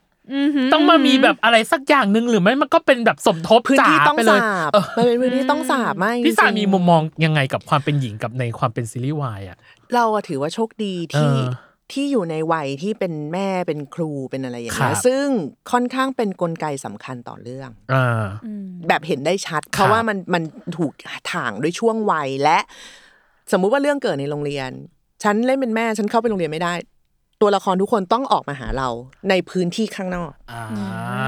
ต้องมามีแบบอะไรสักอย่างหนึ่งหรือไม่มันก็เป็นแบบสมทบ พื้นที่ จ๋า ต้อง ไปเลย สาบ เออ มันเป็นพื้นที่ต้องสาบไม่ พี่สายมี จริงๆ มุมมองยังไงกับความเป็นหญิงกับในความเป็นซีรีส์วายอ่ะ เราอะถือว่าโชคดีที่ เออ ที่อยู่ในวัยที่เป็นแม่เป็นครูเป็นอะไรอย่างเงี้ ค ย รับ ซึ่งค่อนข้างเป็นกลไกสำคัญต่อเรื่อง อ่า แบบเห็นได้ชัด เพราะว่ามันมันถูกถ่างด้วยช่วงวัยและ สมมุติว่าเรื่องเกิดในโรงเรียน ฉันเล่นเป็นแม่ฉันเข้าไปโรงเรียนไม่ได้ ต ตัวละครทุกคนต้องออกมาหาเราในพื้นที่ข้างนอก อ่า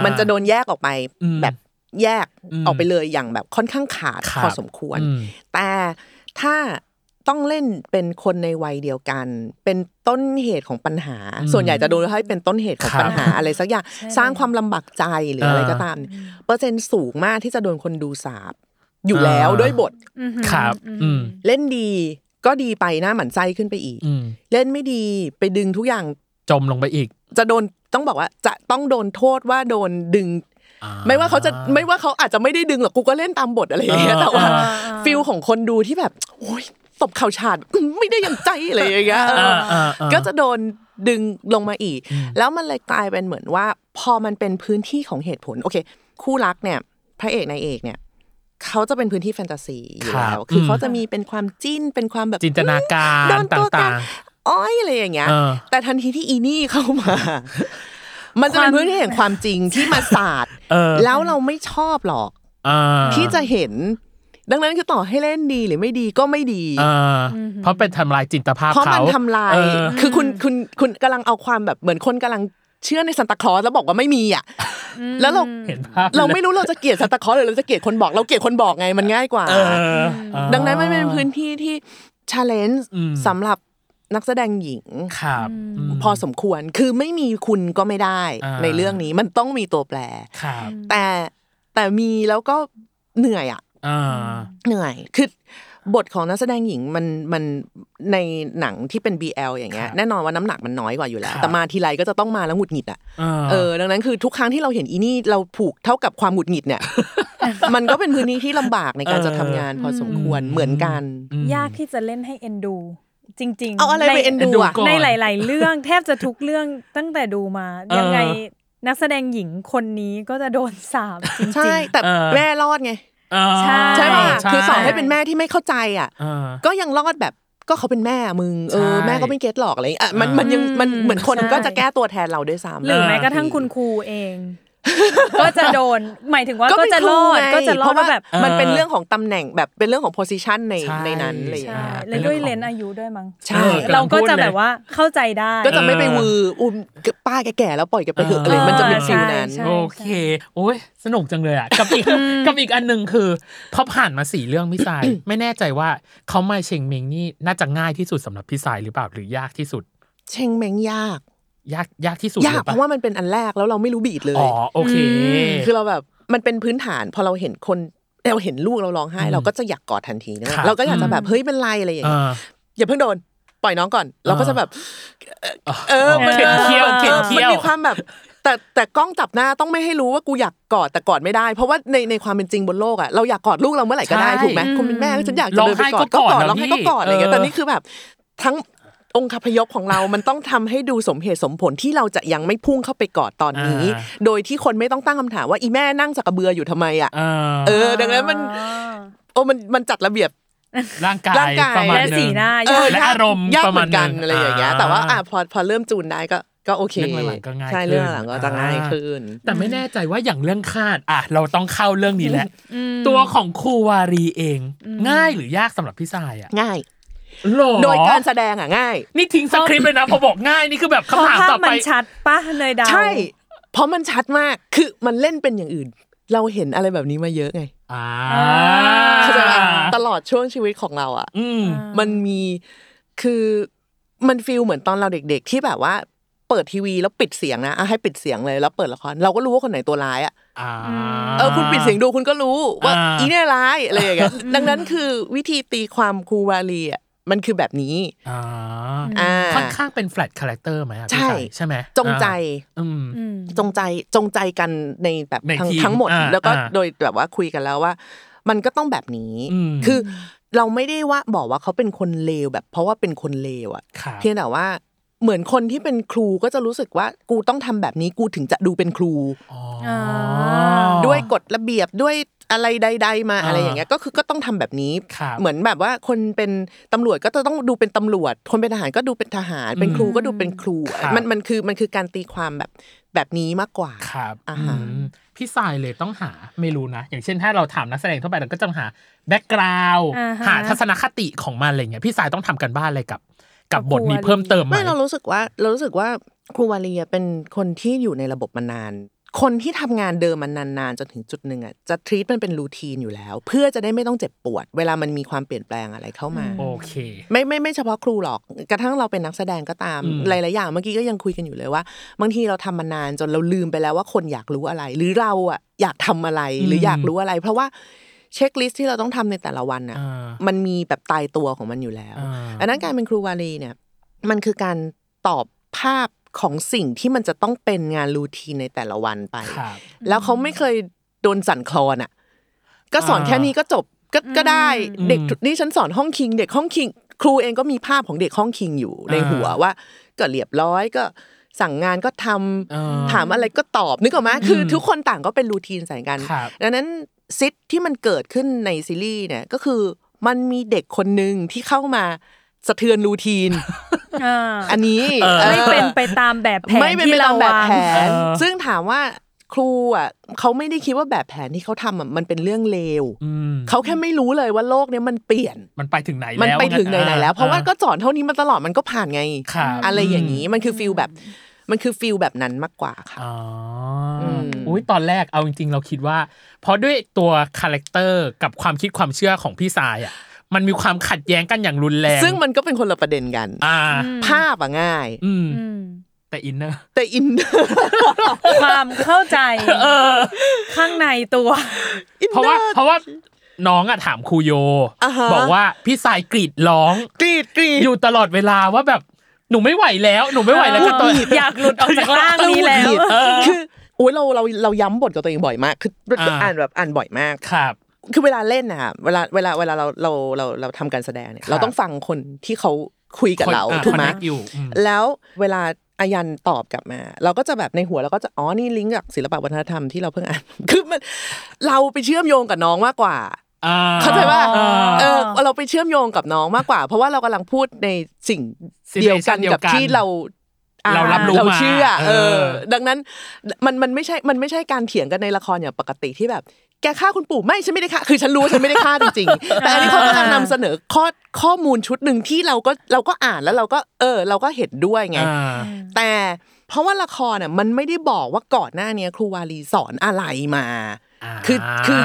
มันจะโดนแยกออกไป อืม แบบแยก อืม ออกไปเลยอย่างแบบค่อนข้างขาด ครับ พอสมควร อืม แต่ถ้าต้องเล่นเป็นคนในวัยเดียวกัน เป็นต้นเหตุของปัญหา อืม ส่วนใหญ่จะโดนให้เป็นต้นเหตุของ ครับ ปัญหาอะไรสักอย่าง ใช่ สร้างความลำบากใจหรืออะไรก็ตามเนี่ยเปอร์เซ็นต์สูงมากที่จะโดนคนดูสาบอยู่แล้ว อ่า ด้วยบท อือหือ ครับ อืม เล่นดีก็ดีไปหน้าหมันไส้ขึ้นไปอีก อืม เล่นไม่ดีไปดึงทุกอย่าง จมลงไปอีก จะโดนต้องบอกว่าจะต้องโดนโทษว่าโดนดึง อ่ ไม่ว่าเขาจะไม่ว่าเขาอาจจะไม่ได้ดึงหรอกกูก็เล่นตามบทอะไรอย่างเงี้ย อ่า แต่ว่า อ่า ฟิลของคนดูที่แบบโอ้ยตบเข่าฉาดอื้อไม่ได้อย่างใจอะไรอย่างเงี้ยเอออา อ่าอ่า ก็จะโดนดึงลงมาอีก อืม แล้วมันเลยกลายเป็นเหมือนว่า พอมันเป็นพื้นที่ของเหตุผลโอเค คู่รักเนี่ยพระเอกนายเอกเนี่ยเขาจะเป็นพื้นที่แฟนตาซีอยู่แล้ว ครับ คืออ ม เขาจะมีเป็นความจิ้นเป็นความแบบ จินตนากา โด ร น ต ตัวกั่ าน ง อ้อยอะไรอย่างเงี้ย เออ แต่ทันทีที่อีนี่เข้ามา มันจะเป็นพื้นที่แห่งความจริงที่มาศาสตร์ ๆ เออ แล้วเราไม่ชอบหรอก อ่า ที่จะเห็น ดังนั้นคือต่อให้เล่นดีหรือไม่ดีก็ไม่ดี เออเพราะเป็นทำลายจินตภาพ เพราะ เขา มันทำลาย เออ คือคุณคุณคุณกำลังเอาความแบบเหมือนคนกำลังเชื่อในซันตาคลอสแล้วบอกว่าไม่มีอ่ะ แล้วเรา เห็นภาพ เราไม่รู้เราจะเกลียดซันตาคลอสหรือเราจะเกลียดคนบอก เราเกลียดคนบอกไงมันง่ายกว่า เอออ ดังนั้นมันเป็นพื้นที่ที่ชาเลนจ์ อืม สำหรับนักแสดงหญิง ครับม พอสมควรคือไม่มีคุณก็ไม่ได้ อ่า ในเรื่องนี้มันต้องมีตัวแปร ครับ แต่แต่มีแล้วก็เหนื่อยอ่ะ อ่า เหนื่อย คือบทของนักแสดงหญิงมันมันในหนังที่เป็น BL อย่างเงี้ ค ย รับ แน่นอนว่าน้ำหนักมันน้อยกว่าอยู่แล้ว ครับ แต่มาทีไรก็จะต้องมาแล้วหงุดหงิดอ่ะ เอ เอ อ อ ดังนั้นคือทุกครั้งที่เราเห็นอีนี่เราผูกเท่ากับความหงุดหงิดเนี่ย มันก็เป็นพื้นที่ที่ลำบากในการจะทำงานพอสมควรเหมือนกัน ยากที่จะเล่นให้เอ็นดู จริงๆ เอาอะไรไป ใ เอ็นดูอ่ะ ก่อน ในหลาย ๆ เรื่อง แทบจะทุกเรื่องตั้งแต่ดูมา เออ ยังไงนักแสดงหญิงคนนี้ก็จะโดนสาบจริง ใช่ แต่ เออ แม่รอดไง เออ ใช่ ใช่ป่ะ ใช่ คือสอนให้เป็นแม่ที่ไม่เข้าใจอ่ะ เออ ก็ยังรอดแบบก็เขาเป็นแม่มึงเออ ใช่ แม่ก็ไม่เก็ตหรอกอะไรอย่างเงี้ยอ่ะมัน อ่ามั มันยังมันเหมือนคน ใช่ ก็จะแก้ตัวแทนเราด้วยซ้ำ หรือแม้กระทั่งคุณครูเอง ก็จะโดน หมายถึงว่าก็ เป็น จะรอคดไง ก็จะรอ เพ ด ราะว่า ว่าแบบ มันเป็นเรื่องของตำแหน่งแบบเป็นเรื่องของ position ใน ใช่ ในนั้นอะไรอย่าง ใช่ เงี้ย และด้วยเลนส์อายุด้วยมั้ง ใช่ เราก็จะแบบว่าเข้าใจได้ ก็จะไม่ไปวืออุ้มป้าแก่ๆแล้วปล่อยแกไปเถอะอะไรมันจะเป็นฟิลนั้น ใช่ใช่ โอเค โอ้ยสนุกจังเลยอ่ะ กับอีกกับอีกอันหนึ่งคือพอผ่านมาสี่เรื่องพี่สาย ไม่แน่ใจว่าเขาไม่เชงเมงนี่น่าจะง่ายที่สุดสำหรับพี่สายหรือเปล่าหรือยากที่สุด เชงแมงยาก ยากยากที่สุด ยา ห ก อ เพ ป ราะว่ามันเป็นอันแรกแล้วเราไม่รู้บีดเลย อ๋อโอเค คือเราแบบมันเป็นพื้นฐานพอเราเห็นคนเราเห็นลูกเราร้องไห้ อืม เราก็จะอยากกอดทันทีนะครับ เราก็อยากจะแบบเฮ้ยเป็นไรอะไรอย่าง เอ เงี้ย อ อย่าเพิ่งโดน ปล่อยน้องก่อน เราก็จะแบบ เออ เข็นเขี้ยวเข็นเขี้ยมัวนมีความแบบ แต่แต่กล้องจับหน้าต้องไม่ให้รู้ว่ากูอยากกอดแต่กอดไม่ได้ เพราะว่าในในความเป็นจริงบนโลกอะเราอยากกอดลูกเราเมื่อไหร่ก็ได้ ใช่ ถูกไหมคุณเป็นแม่ก็ฉันอยากจะเดินไปกอด ร้ ก็ องไห้ก็ก กอดอดนะ ร้องไห้ก็ พี่ กอดอะไรอย่างเงี้ย เออ แต่นี่คือแบบ ทั้งองค์คพยพของเรา มันต้องทำให้ดูสมเหตุสมผลที่เราจะยังไม่พุ่งเข้าไปกอดตอนนี้ อ่า โดยที่คนไม่ต้องตั้งคำถามว่าอีแม่นั่งจักกระเบืออยู่ทำไมอะ เออ เออ ดังนั้นมัน อ่า โอ้มันมันจัดระเบียบ ร่างกาย ร่างกาย ประมาณ และ หนึ สี ง หน้า เออย าก และ ยก อารมณ์ ยาก ประ เห มา มื ณ อนกัน นั้น อะไรอย่างเงี้ย อ่า แต่ว่าอ่ะพอพอเริ่มจูนได้ก็ก็โอเค เรื่องหลังๆก็ง่าย ใช่ ขึ้น เรื่องหลังก็จะง่ายขึ้น แต่ไม่แน่ใจว่าอย่างเรื่องคาดอ่ะเราต้องเข้าเรื่องนี้แหละ ตัวของครูวารีเอง ง่ายหรือยากสำหรับพี่สายอ่ะ ง่าย หรอ โดยการแสดงอ่ะง่าย นี่ทิ้งสคริปต์ เลยนะพอบอกง่ายนี่คือแบบคำถาม เพระ ต่อ ภพ ไป มันชัดปะเนยดาว ใช่ เพราะมันชัดมากคือมันเล่นเป็นอย่างอื่น เราเห็นอะไรแบบนี้มาเยอะไง อ่า เข้าใจปะตลอดช่วงชีวิตของเราอ่ะ อืม มันมีคือมันฟีลเหมือนตอนเราเด็ก ๆ ที่แบบว่า เปิดทีวีแล้วปิดเสียงนะอ่ะให้ปิดเสียงเลยแล้วเปิดละครเราก็รู้ว่าคนไหนตัวร้ายอ่ะ อ่า เออคุณปิดเสียงดูคุณก็รู้ว่า อ่า อีเนี่ยร้ายอะไรอย่างเงี้ย ดังนั้นคือวิธีตีความครูวาลีอ่ะมันคือแบบนี้ อ่า อ่า ค่อนข้างเป็นแฟลตคาแรคเตอร์ไหมอะพี่ ใช่ สายใช่ไหม จงใจ อ่าอืม อืม จงใจจงใจกันในแบบ ใน ทั้ง ทีม ทั้งหมด อ่า แล้วก็ อ่า โดยแบบว่าคุยกันแล้วว่า มันก็ต้องแบบนี้ อืม คือเราไม่ได้ว่าบอกว่าเขาเป็นคนเลวแบบ เพราะว่าเป็นคนเลวอ่ะ ครับ เพียงแต่ว่าเหมือนคนที่เป็นครูก็จะรู้สึกว่ากูต้องทำแบบนี้กูถึงจะดูเป็นครู อ๋อ ด้วยกฎระเบียบด้วยอะไรใด ๆ มา อ่า อะไรอย่างเงี้ยก็คือก็ต้องทำแบบนี้ ครับ เหมือนแบบว่าคนเป็นตำรวจก็จะต้องดูเป็นตำรวจ คนเป็นทหารก็ดูเป็นทหาร เป็นครูก็ดูเป็นครู ครับ มันมันคือมันคือการตีความแบบแบบนี้มากกว่า ครับ อ่าฮะ อืมพี่สายเลยต้องหาไม่รู้นะ อย่างเช่นถ้าเราถามนักแสดงทั่วไปเราก็จะต้องหาแบ็กกราว n d อ่าฮะ หาทัศนคติของมันอะไรเงี้ยพี่สายต้องทำกันบ้านอะไรกับ กับบทนี้เพิ่มเติมไหม ไม่เรารู้สึกว่าเรารู้สึกว่าครูวาลีอะเป็นคนที่อยู่ในระบบมานาน คนที่ทำงานเดิมมานานๆจนถึงจุดหนึ่งอ่ะจะทรีตมันเป็นรูทีนอยู่แล้ว เพื่อจะได้ไม่ต้องเจ็บปวด เวลามันมีความเปลี่ยนแปลงอะไรเข้ามา โอเค ไม่ไม่ไม่เฉพาะครูหรอกกระทั่งเราเป็นนักแสดงก็ตาม อืม หลายๆอย่างเมื่อกี้ก็ยังคุยกันอยู่เลยว่า บางทีเราทำมานานจนเราลืมไปแล้วว่าคนอยากรู้อะไร หรือเราอ่ะอยากทำอะไรหรืออยากรู้อะไร เพราะว่าเช็คลิสต์ที่เราต้องทำในแต่ละวันอ่ะ อ่า มันมีแบบตายตัวของมันอยู่แล้ว อ่า อันนั้นการเป็นครูวารีเนี่ย มันคือการตอบภาพของสิ่งที่มันจะต้องเป็นงานรูทีนในแต่ละวันไป ครับ แล้วเขาไม่เคยโดนสั่นคลอนอ่ะ ก็สอน อ่า แค่นี้ก็จบก็ก็ได้ อืม เด็กนี่ฉันสอนห้องคิง เด็กห้องคิง ครูเองก็มีภาพของเด็กห้องคิงอยู่ใน อ่า หัวว่าก็เรียบร้อยก็สั่งงานก็ทำ เอ่อ ถามอะไรก็ตอบนึกออกไหมคืออ ม ทุกคนต่างก็เป็นรูทีนใส่กัน ครับ ดังนั้นซิทที่มันเกิดขึ้นในซีรีส์เนี่ยก็คือมันมีเด็กคนหนึ่งที่เข้ามาสะเทือนรูทีน อ่า อันนี้ เออ ออ ไม่เป็นไปตามแบบแผน ไม่เป็น ที่ ไป เรา ตามแบบ วาง แผน เออ ซึ่งถามว่าครูอ่ะเขาไม่ได้คิดว่าแบบแผนที่เขาทำอ่ะมันเป็นเรื่องเลว อืม เขาแค่ไม่รู้เลยว่าโลกเนี้ยมันเปลี่ยน มันไปถึงไหนแล้ว มันไปถึงไหนๆแล้ว เพราะว่า อ่ ก็สอนเท่านี้มาตลอดมันก็ผ่านไง ครับ อะไรอย่างนี้มันคือฟิลแบบ มันคือฟิลแบบนั้นมากกว่าค่ะ อ๋ออ ม อุ้ยตอนแรกเอาจริงๆ เราคิดว่า เพราะด้วยตัวคาแรคเตอร์กับความคิดความเชื่อของพี่สายอ่ะมันมีความขัดแย้งกันอย่างรุนแรง ซึ่งมันก็เป็นคนละประเด็นกัน อ่า ภาพอ่ะง่าย อืม อืม แต่อินเนอร์ แต่อินเนอร์ ความเข้าใจข้างในตัว อิน เพ เน ราะว่า อร์ เพราะว่าน้องอะถามครูโย อ่าฮะ บอกว่าพี่สายกรีดร้อง กรีดกรีด อยู่ตลอดเวลาว่าแบบหนูไม่ไหวแล้ว หนูไม่ไหวแล้วก็ตัว อยากหลุดออกจากร่างนี้แล้ว เออ คือโอ้ยเราเราเราย้ำบทกับตัวเองบ่อยมาก คือ อ่า อ่านแบบอ่านบ่อยมาก ครับ คือเวลาเล่นนะคะเวลาเวลาเวลาเราเราเราเราทำการแสดงเนี่ย ครับ เราต้องฟังคนที่เขาคุยกับเรา คนอ่ะ ถูกไหม คอนเนคอยู่อืม แล้วเวลาอายันตอบกลับมา เราก็จะแบบในหัวเราก็จะอ๋อนี่ลิงก์จากศิลปะวัฒนธรรมที่เราเพิ่งอ่าน คือมันเราไปเชื่อมโยงกับน้องมากกว่า อ่ เข้าใจป่ะ อ่ เออเราไปเชื่อมโยงกับน้องมากกว่า เพราะว่าเรากำลังพูดในสิ่งเดียวกัน Situation เดียวกั กับ น ที่เราอ่น เรารับรู้มา เราเชื่อ เอ เอ อ อ ดังนั้นมันมันไม่ใช่ มันไม่ใช่การเถียงกันในละครอย่างปกติที่แบบ แกฆ่าคุณปู่ไม่ฉันไม่ได้ฆ่าคือฉันรู้ว่าฉันไม่ได้ฆ่าจริง ๆ แต่อันนี้เขากำลังนำเสนอข้อข้อมูลชุดหนึ่งที่เราก็เราก็อ่านแล้วเราก็เออ เราก็เห็นด้วยไง อ่า แต่เพราะว่าละครอ่ะมันไม่ได้บอกว่าก่อนหน้าเนี้ยครูวารีสอนอะไรมา คือคือ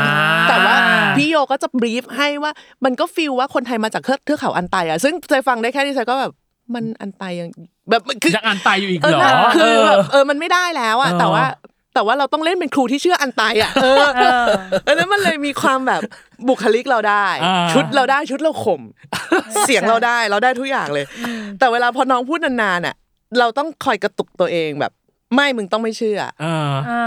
แต่ว่าพี่โยก็จะบรีฟให้ว่ามันก็ฟิลว่าคนไทยมาจากเทือกเทือกเขาอันไตอ่ะซึ่งใจฟังได้แค่นี้ใจก็แบบมันอันไตยังแบบมันคือ ยังอ่านตายอยู่อีก เออ เหรอ น่ะคือแบบเออมันไม่ได้แล้วอ่ะ เออ แต่ว่าแต่ว่าเราต้องเล่นเป็นครูที่เชื่ออันไตอ่ะเอ อ เออ อันนั้นมันเลยมีความแบบบุคลิกเราได้ อ่า ชุดเราได้ชุดเรา ข่มเสียงเราได้เราได้ทุกอย่างเลย แต่เวลาพอน้องพูดนานๆอ่ะ เราต้องคอยกระตุกตัวเองแบบ ไม่มึงต้องไม่เชื่อ เออ อ่า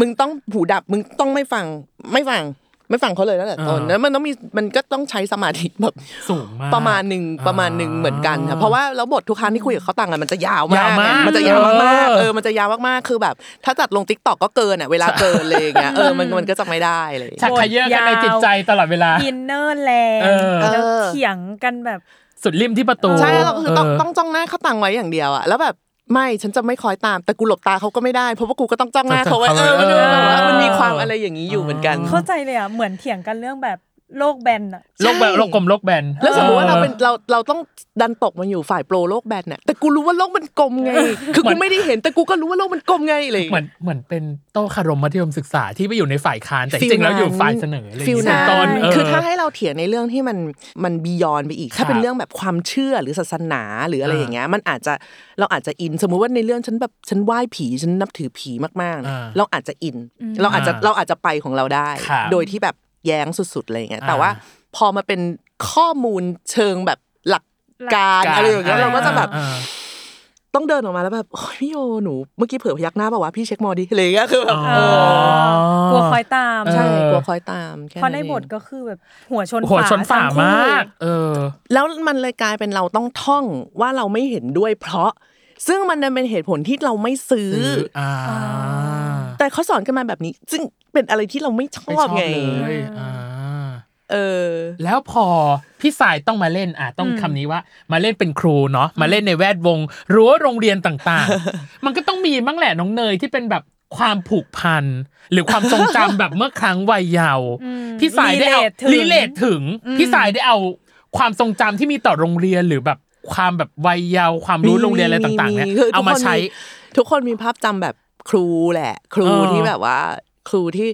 มึงต้องหูดับมึงต้องไม่ฟังไม่ฟังไม่ฟังเขาเลยตั้งแต่ต้น อ่า แล้วมันต้องมีมันก็ต้องใช้สมาธิ แบบ สูงมาก ประมาณหนึ่งประมาณหนึ่งเหมือนกันค่ะเพราะว่าแล้วบททุกครั้งที่คุยกับเขาต่างกันมันจะยาวมาก ยาวมาก มันจะยาวมากๆ เออ เออมันจะยาวมากๆคือแบบ ถ้าจัดลงทิกตอกก็เกินอ่ะเวลาเกินเลยอย่างเงี้ยเออมันมันก็จะไม่ได้เลย ชักขยื้อกันในจิตใจตลอดเวลา อินเนอร์แรง เออ แล้ว เออ เถียงกันแบบ สุดริมที่ประตู ใช่แล้วเราก็คือต้อง เ ต้องจ้องหน้าเขาตังไว้อย่างเดียวอ่ะแล้วแบบไม่ฉันจะไม่คอยตามแต่กูหลบตาเขาก็ไม่ได้เพราะว่ากูก็ต้องจ้องหน้าเขาไว้เออมันเป็นแบบว่ามันมีความอะไรอย่างนี้อยู่เหมือนกัน เข้าใจเลยอ่ะ เหมือนเถียงกันเรื่องแบบโลกแบนอ่ะ โลกแบบโลกกลมโลกแบน แล้วสมมติว่าเราเป็น ออ เราเราต้องดันตกมาอยู่ฝ่ายโปรโลกแบนเนี่ยแต่กูรู้ว่าโลกมันกลม ไง คือกูไม่ได้เห็นแต่กูก็รู้ว่าโลกมันกลมไงอะไรอย่าง เหมื เล อย นเหมือนเป็นโต้คารมมัธยมศึกษาที่ไปอยู่ในฝ่ายค้านแต่จ ฟิล ริงๆแล้ว นั้น อยู่ฝ่ายเสนออะไรอย่าง ฟิล เงี้ย นั้นเป็นตอนเ คือถ้าให้เราเถียงในเรื่องที่มันมันบียอนไปอีก ถ้า ครับ เป็นเรื่องแบบความเชื่อหรือศาสนาหรืออะไรอย่างเงี้ยมันอาจจะเราอาจจะอินสมมุติว่าในเรื่องฉันแบบฉันไหว้ผีฉันนับถือผีมากๆเนี่ย อ่า เราอาจจะอิน เราอาจจะ อ่า เราอาจจะไปของเราได้ ครับ โดยที่แบบแย้งสุดๆอะไรอย่างเงี้ยแต่ อ่า ว่าพอมาเป็นข้อมูลเชิงแบบหลักการ หลักการ อะไรอย่างเงี้ยเราก็จะแบบ อ่า ต้องเดินออกมาแล้วแบบโอ๊ยพี่โยหนูเมื่อกี้เผื่อพยักหน้าเปล่าวะพี่เช็คมอดิอะไรอย่างเงี้ยคือแบบ อ๋อ เออก ลัวคอยตาม เออ ใช่กลัวคอยตามแค่ เพราะในบท เอง ก็คือแบบหัวชน หัวชนฝา ทั้งคู่ มาก เออ แล้วมันเลยกลายเป็นเราต้องท่องว่าเราไม่เห็นด้วยเพราะ ซึ่งมันเป็นเหตุผลที่เราไม่ซื้อ อ่า แต่เขาสอนกันมาแบบนี้ ซึ่งเป็นอะไรที่เราไม่ช ไม่ อบ ชอบ ไง เลยอ่า เออ แล้วพอพี่สายต้องมาเล่นอ่ะต้องคำนี้ว่า มาเล่นเป็นครูเนาะมาเล่นในแวดวงรั้วโรงเรียนต่าง ๆ มันก็ต้องมีบ้างแหละน้องเนยที่เป็นแบบความผูกพัน หรือความทรงจำแบบเมื่อครั้งวัยเยาว์พี่สายได้เอา relate ถึง รีเลทถึง พี่สายได้เอาความทรงจำที่มีต่อโรงเรียนหรือแบบ ความแบบวัยเยาว์ความรู้โรงเรียนอะไรต่างๆเนี่ย มีคือ เอามาใช้ ทุกคนมีภาพจำแบบครูแหละ ครู เออ ที่แบบว่า ครูที่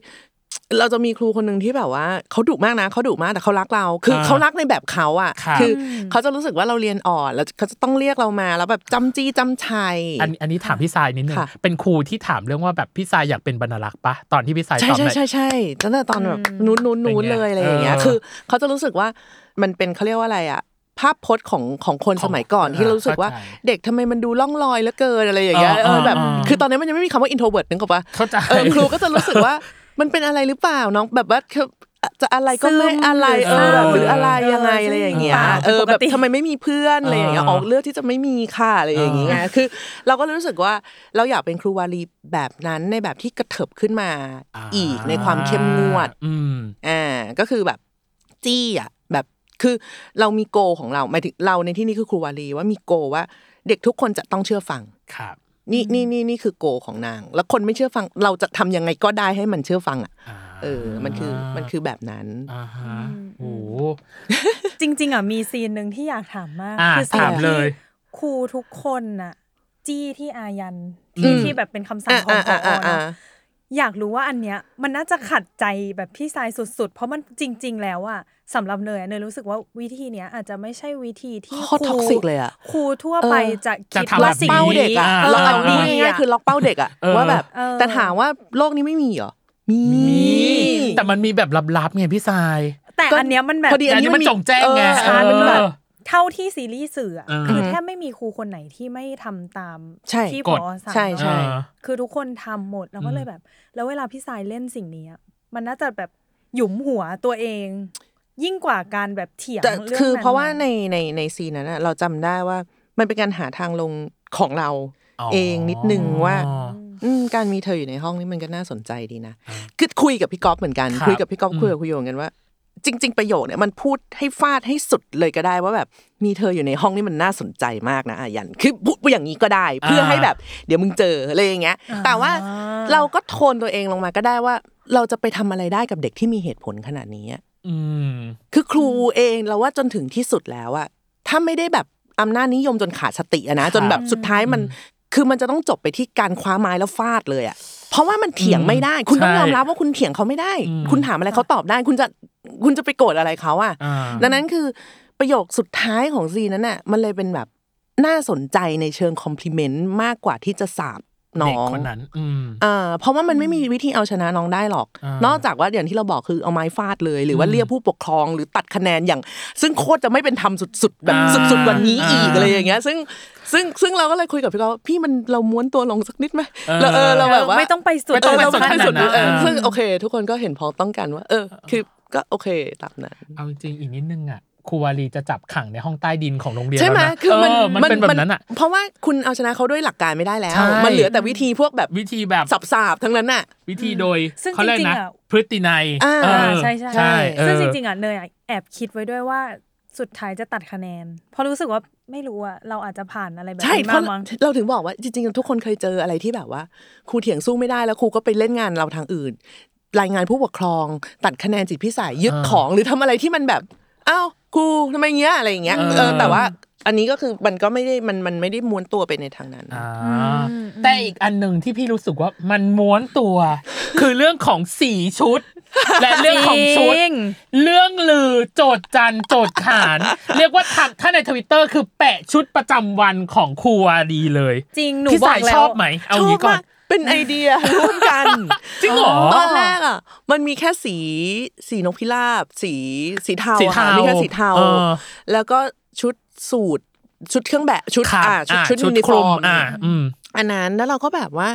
เราจะมีครูคนหนึ่งที่แบบว่าเขาดุมากนะเขาดุมากแต่เขารักเรา คืออา เขารักในแบบเขาอ่ะ ครับ อเขาจะรู้สึกว่าเราเรียนอ่อนแล้วเขาจะต้องเรียกเรามาแล้วแบบจำจี้จำชัย ันอันนี้ถามพี่สายนิดนึง ค่ะ เป็นครูที่ถามเรื่องว่าแบบพี่สายอยากเป็นบรรลักษ์ปะตอนที่พี่สาย ใช่ ตอบ ใช่ เนี่ย ใช่ใช่ตั้งแต่ตอนแบบนู้นนู้นนู้น เป็นเลไงยอะไรอย่างเงี้ย เออ คือเขาจะรู้สึกว่ามันเป็นเขาเรียกว่าอะไรอ่ะ ภาพพจน์ของของคน ของ สมัยก่อนที่ อ่า เรารู้สึกว่า เข้าใจ เด็กทำไมมันดูล่องลอยเหลือเกินอะไรอย่างเงี้ย อ่า เออแบบ อ่าอ่า คือตอนนี้มันยังไม่มีคำว่า introvert นึกออกปะ เข้าใจ เออครูก็จะรู้สึกว่า มันเป็นอะไรหรือเปล่าน้องแบบว่าคือจะอะไรก็ไม่ ซึม อะไร หรือ เออแบบ เศร้า หรืออะไรยังไง เออ อะไรอย่างเงี้ย ซึมเศร้า เออ ป แบ ก บ ติ ทำไมไม่มีเพื่อนอะไรอย่างเงี้ย อ่า ออกเลือกที่จะไม่มีค่ะอะไรอย่างเงี้ย อ่า คือเราก็รู้สึกว่าเราอยากเป็นครูวารีแบบนั้นในแบบที่กระเถิบขึ้นมา า อีกในความเข้มงวด อืม อ่าก็คือแบบจี้อ่ะแบบคือเรามีโกของเราหมายถึงเราในที่นี้คือครูวารีว่ามีโกว่า เด็กทุกคนจะต้องเชื่อฟัง ครับ นี่นี่นี่นี่คือโกของนาง แล้วคนไม่เชื่อฟัง เราจะทำยังไงก็ได้ให้มันเชื่อฟังอ่ะ อ่า เออ มันคือมันคือแบบนั้น อ่าฮะโอ้โห จริง ๆอ่ะมีซีนหนึ่งที่อยากถามมาก อ่ะ คืซีน ถามเลย ที่ครูทุกคนน่ะ จี้ที่อายัน อื ที่ ม ที่แบบเป็นคำสั่งของพอ อ่า เน อ่า อะอยากรู้ว่าอันเนี้ย มันน่าจะขัดใจแบบพี่สายสุด ๆ เพราะมันจริง ๆ แล้วอ่ะสำหรับเนยอะเนยรู้สึกว่าวิธีเนี้ยอาจจะไม่ใช่วิธีที่ โคตร ค ท็ รู อกซิกเลยอ่ะ ครูทั่วไป เออ จะ จะ คิด ทำ ว่า แบบ สิ่นี้งเป้า นี้ เด็กอ่ะ เออ เราเอา เออ ง่ายๆคือล็อกเป้าเด็กอ่ะ เออ ว่าแบบ เออ แต่ถามว่าโลกนี้ไม่มีเหรอ มี มีแต่มันมีแบบลับๆไงพี่ทราย แต่อันเนี้ยมันแบบ พอดี แต่อันนี้มันจงแจ้งไง เออ ใช่มันแบบ เออ เท่าที่ซีรีส์สื่ออะ เออ คือแทบไม่มีครูคนไหนที่ไม่ทำตาม ใช่ ที่ ก พ ฎ อสั่ง ใช่ เออ ใช่ คือทุกคนทำหมดแล้วก็เลยแบบ แล้วเวลาพี่สายเล่นสิ่งเนี้ยมันน่าจะแบบหยุมหัวตัวเอง ยิ่งกว่าการแบบเถียง แต่ เรื่องนั้น คือเพราะว่า ๆ ในในในซีนนั้นอะเราจำได้ว่ามันเป็นการหาทางลงของเรา เองนิดนึงว่า อืมการมีเธออยู่ในห้องนี่มันก็น่าสนใจดีนะ คือคุยกับพี่ก๊อฟเหมือนกัน ครับ คุยกับพี่ก๊อฟ อืม คุยกับคุยโยงกันว่า จริง ๆ ประโยคเนี่ยมันพูดให้ฟาดให้สุดเลยก็ได้ว่าแบบมีเธออยู่ในห้องนี่มันน่าสนใจมากนะอายันคือพูดอย่างนี้ก็ได้ เพื่อให้แบบเดี๋ยวมึงเจออะไรอย่างเงี้ย แต่ว่าเราก็โทนตัวเองลงมาก็ได้ว่า เราจะไปทำอะไรได้กับเด็กที่มีเหตุผลขนาดนี้อะ อืม คือครูเองเราว่าจนถึงที่สุดแล้วอะถ้าไม่ได้แบบอำนาจนิยมจนขาดสติอะนะจนแบบสุดท้ายมัน คือมันจะต้องจบไปที่การคว้าไม้แล้วฟาดเลยอะเพราะว่ามันเถียงไม่ได้ คุณต้อง ใช่ ยอมรับว่าคุณเถียงเขาไม่ได้ อืม คุณถามอะไรเขาตอบได้ คุณจะคุณจะไปโกรธอะไรเขาอะ อ่า ดังนั้นคือประโยคสุดท้ายของซีนนั้นน่ะมันเลยเป็นแบบน่าสนใจในเชิงคอมพลีเมนต์มากกว่าที่จะสาบน้ เด็ อก ง คนนั้น อืม เออเพราะว่ามันไม่มีวิธีเอาชนะน้องได้หรอก อ่าน น อกจากว่าอย่างที่เราบอกคือเอาไม้ฟาดเลย หรือว่า อืม เรียกผู้ปกครองหรือตัดคะแนนอย่าง ซึ่งโคตรจะไม่เป็นธรรมสุดๆแบบ อ่า สุดๆกวันนี้อีก อ่า อะไรอย่างเงี้ย ซึ่งซึ่งซึ่งเราก็เลยคุยกับพี่เขาว่าพี่มันเราม้วนตัวลงสักนิดไหมเราเออเราแบบว่า ไม่ต้องไปสุด ไม่ต้องไปสุดเขั้ ขั้น นั้ นั้น น นะ นะ เออ เออ ซึ่งโอเค ทุกคนก็เห็นพ้องต้องกันว่า เออ คือก็โอเคตามนั้น เอาจริงๆอีกนิดนึงอ่ะครูวารีจะจับขังในห้องใต้ดินของโรงเรียน ใช่ไหม แล้วนะ คือมัน เมันเป็นแบบนั้นอ่ะ เพราะว่าคุณเอาชนะเขาด้วยหลักการไม่ได้แล้ว ใช่ มันเหลือแต่วิธีพวกแบบ วิธีแบบ สับสาบๆทั้งนั้นน่ะ วิธีโดย ซึ่ง เขาเรียก จริ นะ งๆอะ พฤตินัย อ่า เออ ใช่ใช่ ใช่เออ ซึ่งจริงๆอ่ะเนยอะแอบคิดไว้ด้วยว่าสุดท้ายจะตัดคะแนน เพราะรู้สึกว่าไม่รู้อ่ะเราอาจจะผ่านอะไรแบบ ใช่ นี้ เพ มา ราะ มั้ง เราถึงบอกว่าจริงๆ ทุกคนเคยเจออะไรที่แบบว่าครูเถียงสู้ไม่ได้แล้วครูก็ไปเล่นงานเราทางอื่น รายงานผู้ปกครอง ตัดคะแนนจิตพิสัยยึด อ่า ของหรือทำอะไรที่มันแบบอ้าวครูทำไมเงี้ยอะไรอย่างเงี้ย เออ เออแต่ว่าอันนี้ก็คือมันก็ไม่ได้มันมันไม่ได้ม้วนตัวไปในทางนั้น อ่าแต่อีกอันหนึ่งที่พี่รู้สึกว่ามันม้วนตัว คือเรื่องของสีชุ ด และเรื่องของชุด จริง เรื่องลือโจทย์จันทร์โจทย์ข าน เรียกว่าทำถ้าในทวิตเตอร์คือแปะชุดประจำวันของครูวารีเลย จริงหนู พี่ บอ สาก ย แล้ ช ว อบไหม เอางี้ก่อน เป็นไอเดียร่วมกัน จริงเหรอ ตอนแรกอ่ะ มันมีแค่สีสีนกพิราบ สีสีเทา สี อะ เทา มีแค่สีเทา เออ แล้วก็ชุดสูตรชุดเครื่องแบบชุด ครับ อ่าชุด อ่า ชุด ชุ ยู ด นิฟอร์ คลุ ม มอ่าอืม อันนั้นแล้วเราก็แบบว่า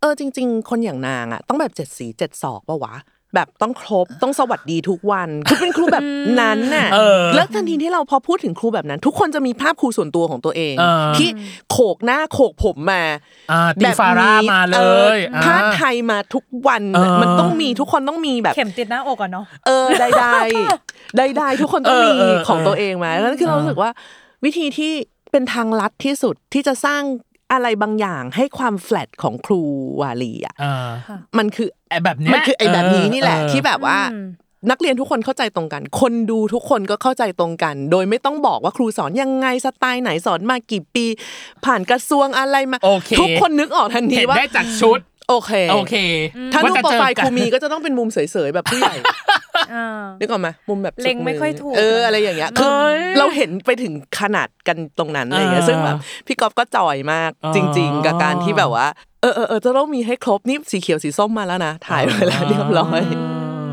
เออจริง ๆ คนอย่างนางอ่ะ ต้องแบบเจ็ดสีเจ็ดศอกปะวะ แบบต้องครบต้องสวัสดีทุกวันคือเป็นครูแบบนั้นน่ะ เออ แล้วทันทีที่เราพอพูดถึงครูแบบนั้น ทุกคนจะมีภาพครูส่วนตัวของตัวเอง เออ ที่โขกหน้าโขกผมมา อ่าตี แบบนี้ ฟาร่ามาเล อย อผ้าไท อ่า ยมาทุกวันน่ะ เออ มันต้องมีทุกคนต้องมีแบบ เข็มติดหน้าอกอ่ะเนาะ เออใดๆ ใดๆทุกคนต้องมี เออเออเออ ของตัวเองมาแล้วคือเรารู้สึกว่า วิธีที่เป็นทางลัดที่สุดที่จะสร้างอะไรบางอย่างให้ความแฟลตของครูวาลีอ่ะ อ่า มันคือ ไอ้แบบเนี้ย มันคือไอ้แบบนี้นี่แหละ เออ ที่แบบว่า อืม นักเรียนทุกคนเข้าใจตรงกัน คนดูทุกคนก็เข้าใจตรงกัน โดยไม่ต้องบอกว่าครูสอนยังไงสไตล์ไหนสอนมากี่ปี ผ่านกระทรวงอะไรมา โอเค ทุกคนนึกออกทันที เห็น ว่า ได้จากชุด โอเค โอเค ถ้า ว่ รูป จะ โปร เจ ไฟล์ กั คน รูมีก็จะต้องเป็นมุมเสยๆแบบผู้ใหญ่ อ่า นึกออกไหมมุมแบบ เล็งไม่ค่อยถูก เอออะไรอย่างเงี้ยคือเราเห็นไปถึงขนาดกันตรงนั้นอะไรอย่างเงี้ย อ่า ซึ่งแบบพี่ก๊อฟก็จอยมาก อ๋อ จริง ๆ กับการที่แบบว่าเออเออเออจะต้องมีให้ครบนี่สีเขียวสีส้มมาแล้วนะถ่ายไว้แล้วเรียบร้อย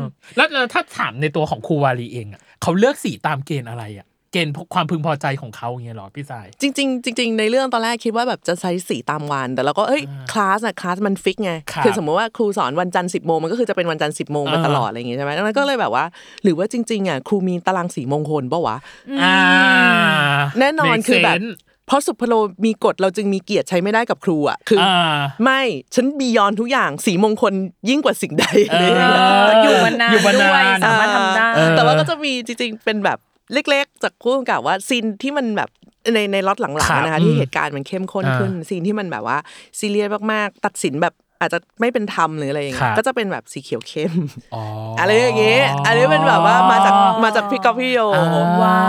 มแล้วแล้วถ้าถามในตัวของครูวารีเองอะเขาเลือกสีตามเกณฑ์อะไรอะเกณฑ์ความพึงพอใจของเขาอย่างเงี้ยเหรอพี่สาย จริงๆจริงๆในเรื่องตอนแรกคิดว่าแบบจะใช้สีตามวันแต่เราก็เอ้ย อ่า คลาสอะคลาสมันฟิกไง ครับ อสมมติว่าครูสอนวันจันทร์สิบโมงมันก็คือจะเป็นวันจันทร์สิบโมงมา อ่า ตลอดอะไรอย่างงี้ใช่ไหมดังนั้นก็เลยแบบว่า หรือว่าจริงๆอ่ะครูมีตารางสีมงคลปะวะ อ่า แน่นอน Make คือแบบ sense เพราะสุพโลมีกฎเราจึงมีเกียรติใช้ไม่ได้กับครูอ่ะคืออ อ่า ไม่ฉันบียอนทุกอย่างสีมงคลยิ่งกว่าสิ่งใด เออ เลย เอออยู่มานาน อยู่มานาน ด้วยสามารถทำได้ เออ แต่ว่าก็จะมีจริงๆ เป็นแบบเล็ก ๆ จากผู้กำกับว่าซีนที่มันแบบในในล็อตหลัง ครับ ๆนะคะ อื ที่ ม เหตุการณ์มันเข้มข้น อ่า ขึ้นซีนที่มันแบบว่าซีเรียสมากๆ ตัดสินแบบอาจจะไม่เป็นธรรมหรืออะไรอย่าง ครั เงี้ บ ยก็จะเป็นแบบสีเขียวเข้ม อ อะไรอย่างเงี้ยอันนี้เป็นแบบว่ามาจากมาจากพี่กอฟพี่โย อ้าว ว้า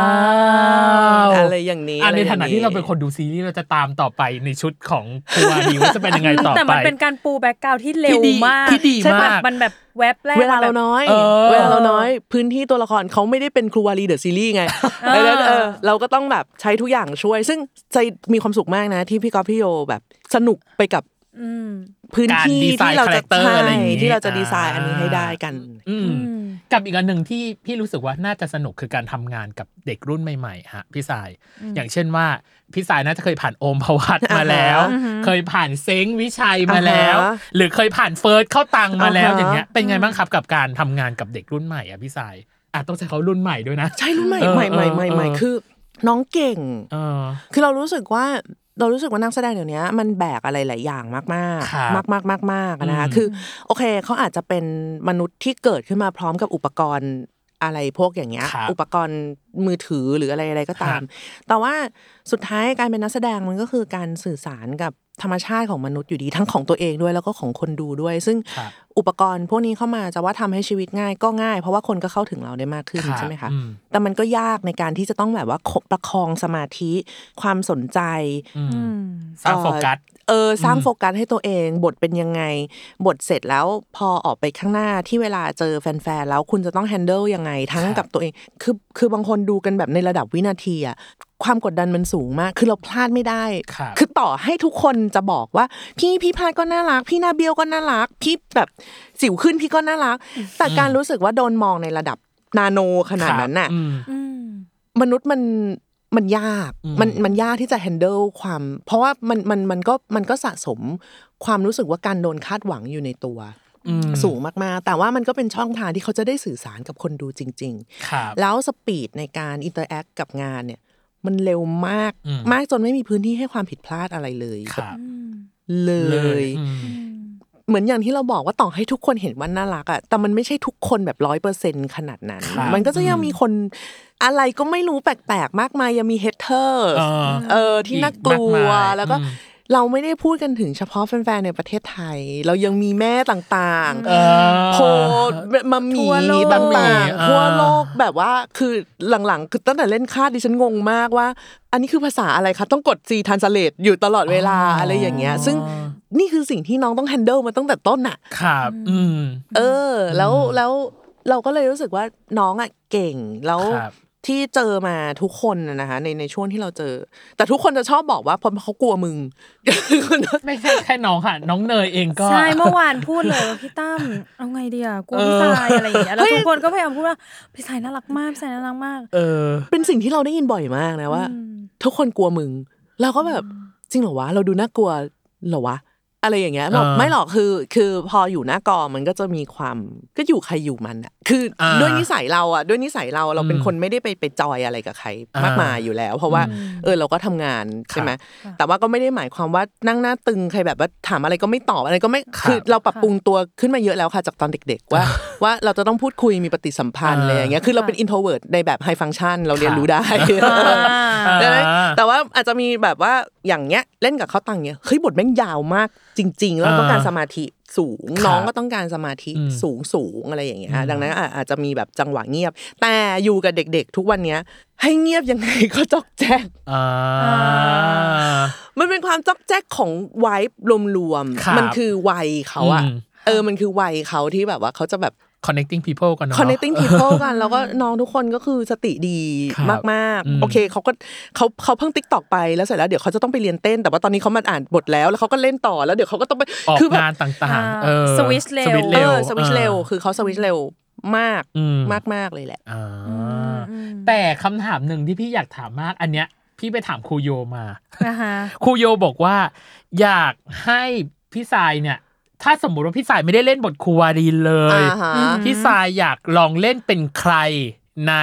ว อะไรอย่างนี้ อันใน อ ฐา ไรอนะย่ง ที่เราเป็นคนดูซีรีส์เราจะตามต่อไปในชุดของครูวารีว่าจะเป็นยังไงต่อไป แต่มันเป็นการปูแบ็กกราวที่เร็ว ที่ดี มาก ที่ดี ใช่ปะ มาก มันแบบแวบแรก เวลาเรา แบบ น้อย เออ เวลาเราน้อย พื้นที่ตัวละครเขาไม่ได้เป็นครูวารีเดอะซีรีส์ไง เออ ดังนั้นเออเราก็ต้องแบบใช้ทุกอย่างช่วย ซึ่งใจมีความสุขมากนะ ที่พี่กอฟพี่โยแบบสนุกไปกับ อืม พื้น การ ที่ ดีไซน์ ที่เราจะ character ใช่ อะไรอย่างงี้ ที่เราจะดีไซ อ่า น์อันนี้ให้ได้กัน อืม อืม กับอีกอันหนึ่งที่พี่รู้สึกว่าน่าจะสนุกคือการทำงานกับเด็กรุ่นใหม่ๆฮะพี่สาย อย่างเช่นว่าพี่สายน่าจะเคยผ่านโอมพวัตมาแล้ว อ่าฮะ เคยผ่านเซ้งวิชัยมาแล้ว อ่าฮะ หรือเคยผ่านเฟิร์สเข้าตังมาแล้ว อ่าฮะ อย่างเงี้ยเป็นไงบ้างครับกับการทำงานกับเด็กรุ่นใหม่อ่ะพี่สายอ่ะต้องใช้เขารุ่นใหม่ด้วยนะ ใช่รุ่นใหม่ เออ ใหม่ใหม่ใหม่ เออ ใหม่ เออ คือ น้องเก่ง เออ คือเรารู้สึกว่าเรารู้สึกว่านักแสดงเดี๋ยวนี้มันแบกอะไรหลายอย่างมากมาก ครับ มากมากมากมากๆนะคะ อืม คือโอเคเขาอาจจะเป็นมนุษย์ที่เกิดขึ้นมาพร้อมกับอุปกรณ์อะไรพวกอย่างเงี้ย ครับ อุปกรณ์มือถือหรืออะไรอะไรก็ตา ครั ม บ แต่ว่าสุดท้ายการเป็นนักแสดงมันก็คือการสื่อสารกับธรรมชาติของมนุษย์อยู่ดีทั้งของตัวเองด้วยแล้วก็ของคนดูด้วย ซึ่ง ครับ อุปกรณ์พวกนี้เข้ามาจะว่าทำให้ชีวิตง่ายก็ง่าย เพราะว่าคนก็เข้าถึงเราได้มากขึ้น รับ ใช่ไหมคะ อืม แต่มันก็ยากในการที่จะต้องแบบว่าคบประคองสมาธิความสนใจ อืม อืม สร้างโฟกัส เออสร้าง อืม โฟกัสให้ตัวเอง บทเป็นยังไง บทเสร็จแล้วพอออกไปข้างหน้าที่เวลาเจอแฟนๆแล้วคุณจะต้องแฮนเดิลยังไงทั้ง ครับ กับตัวเอง คือคือบางคนดูกันแบบในระดับวินาทีอะความกดดันมันสูงมาก คือเราพลาดไม่ได้ ครับ อต่อให้ทุกคนจะบอกว่า พี่พี่พลาดก็น่ารัก พี่หน้าเบี้ยวก็น่ารัก พี่แบบสิวขึ้นพี่ก็น่ารัก แต่การรู้สึกว่าโดนมองในระดับนาโนขนาดนั้นน่ะ ะอืม อืม มนุษย์มันมันยาก อืม มันมันยากที่จะ handle ความ เพราะว่ามันมันมันก็มันก็สะสมความรู้สึกว่าการโดนคาดหวังอยู่ในตัว อืม สูงมากๆ แต่ว่ามันก็เป็นช่องทางที่เขาจะได้สื่อสารกับคนดูจริง ครับ ๆ แล้วสปีดในการอินเตอร์แอคกับงานเนี่ย มันเร็วมาก อืม มากจนไม่มีพื้นที่ให้ความผิดพลาดอะไรเลย ครับ อืม เล เลย ยอืม เหมือนอย่างที่เราบอกว่าต่อให้ทุกคนเห็นว่าน่ารักอะแต่มันไม่ใช่ทุกคนแบบร้อยเปอร์เซ็นขนาดนั้น ครับ มันก็จะยัง อืม มีคนอะไรก็ไม่รู้แปลกๆ มากมายยังมีเฮ t เ e อร์ เออ เออที่น่ากลั อีก ว มากมาย แล้วก็ อืม เราไม่ได้พูดกันถึงเฉพาะแฟนๆในประเทศไทย เรายังมีแม่ต่าง เอ ๆ อ โพมัม ทั่ มี่ วโลก ต่าง เอๆอทั่วโลกแบบว่าคือหลังๆ คือตั้งแต่เล่นคาดดิฉันงงมากว่า อันนี้คือภาษาอะไรคะต้องกดซีทันสเลตอยู่ตลอดเวลาอะไรอย่างเงี้ย ซึ่งนี่คือสิ่งที่น้องต้องแฮนเดิลมาตั้งแต่ต้นอะ ครับ อืม เออแล้วแล้วเราก็เลยรู้สึกว่าน้องอ่ะเก่งแล้ว ครับ ที่เจอมาทุกคนน่ะนะคะในในช่วงที่เราเจอ แต่ทุกคนจะชอบบอกว่าเพราะเขากลัวมึง ไม่ใช่แค่น้องค่ะ น้องเนยเองก็ ใช่เมื่อวานพูดเลยว่าพี่ตั้มเอาไงดีอะกลัว เออ พี่สายอะไรอย่างเงี้ยแล้วทุกคนก็พยายามพูดว่าพี่สายน่ารักมากพี่สายน่ารักมาก เออ เป็นสิ่งที่เราได้ยินบ่อยมากนะว่า อืม ทุกคนกลัวมึง เราก็แบบจริงเหรอวะ เราดูน่ากลัวเหรอวะ อะไรอย่างเงี้ยบอก อ่า ไม่หรอกคือ คือพออยู่หน้ากองมันก็จะมีความก็อยู่ใครอยู่มันอะคืออาด้วยนิสัยเราอะด้วยนิสัยเราเราเป็น อืม คนไม่ได้ไปไปจอยอะไรกับใคร อ่าม มากมายอยู่แล้ว เพราะว่า เออเราก็ทำงานใช่ไหม ครับ แต่ว่าก็ไม่ได้หมายความว่านั่งหน้าตึงใครแบบว่าถามอะไรก็ไม่ตอบอะไรก็ไม่ ครับ คือเราปรับปรุงตัวขึ้นมาเยอะแล้วค่ะจากตอนเด็ก ๆ ว่า ว่าเราจะต้องพูดคุยมีปฏิสัมพันธ์ อ่า อะไรอย่างเงี้ยคือเราเป็นอินโทรเวิร์ดในแบบไฮฟังชันเราเรียนรู้ได้ อ่า า ได้ไหมแต่ว่าอาจจะมีแบบว่าอย่างเงี้ยเล่นกับเขาตังเงี้ยเฮ้ยบทแม่งยาวมากจริง ๆ แล้วก็ อ่า การสมาธิ สูง ครับ น้องก็ต้องการสมาธิ อืม สูงสูงอะไรอย่างเงี้ย อืม ดังนั้นอ่ะอาจจะมีแบบจังหวะเงียบ แต่อยู่กับเด็ก ๆ ทุกวันเนี้ย ให้เงียบยังไงก็จอกแจ๊ก อ่า มันเป็นความจอกแจ๊กของวัยรวม ครับ ๆมันคือวัยเขาอะ อืม เออมันคือวัยเขาที่แบบว่าเขาจะแบบ connecting people กันเนาะ connecting people กันแล้วก็น้องทุกคนก็คือสติดี ครับ มาก อืม ๆ โอเคเขาก็เขาเขาเพิ่งติ๊กตอกไปแล้วเสร็จแล้วเดี๋ยวเขาจะต้องไปเรียนเต้น แต่ว่าตอนนี้เขามาอ่านบทแล้วแล้วเขาก็เล่นต่อแล้วเดี๋ยวเขาก็ต้องไป ออก คืแบบ งานต่างๆ เออ switch เร็ว switch เอ เร็ว อสวิชเร็ว ออ คือเขาสวิชเร็วมาก อืม มากมากๆเลยแหละ อ่า อืม แต่คำถามหนึ่งที่พี่อยากถามมาก อันเนี้ย พี่ไปถามครูโยมา อ่าฮะ ครูโยบอกว่า อยากให้พี่สายเนี่ย ถ้าสมมุติว่าพี่สายไม่ได้เล่นบทครูวารีเลย อ่าฮะ พี่สายอยากลองเล่นเป็นใครใน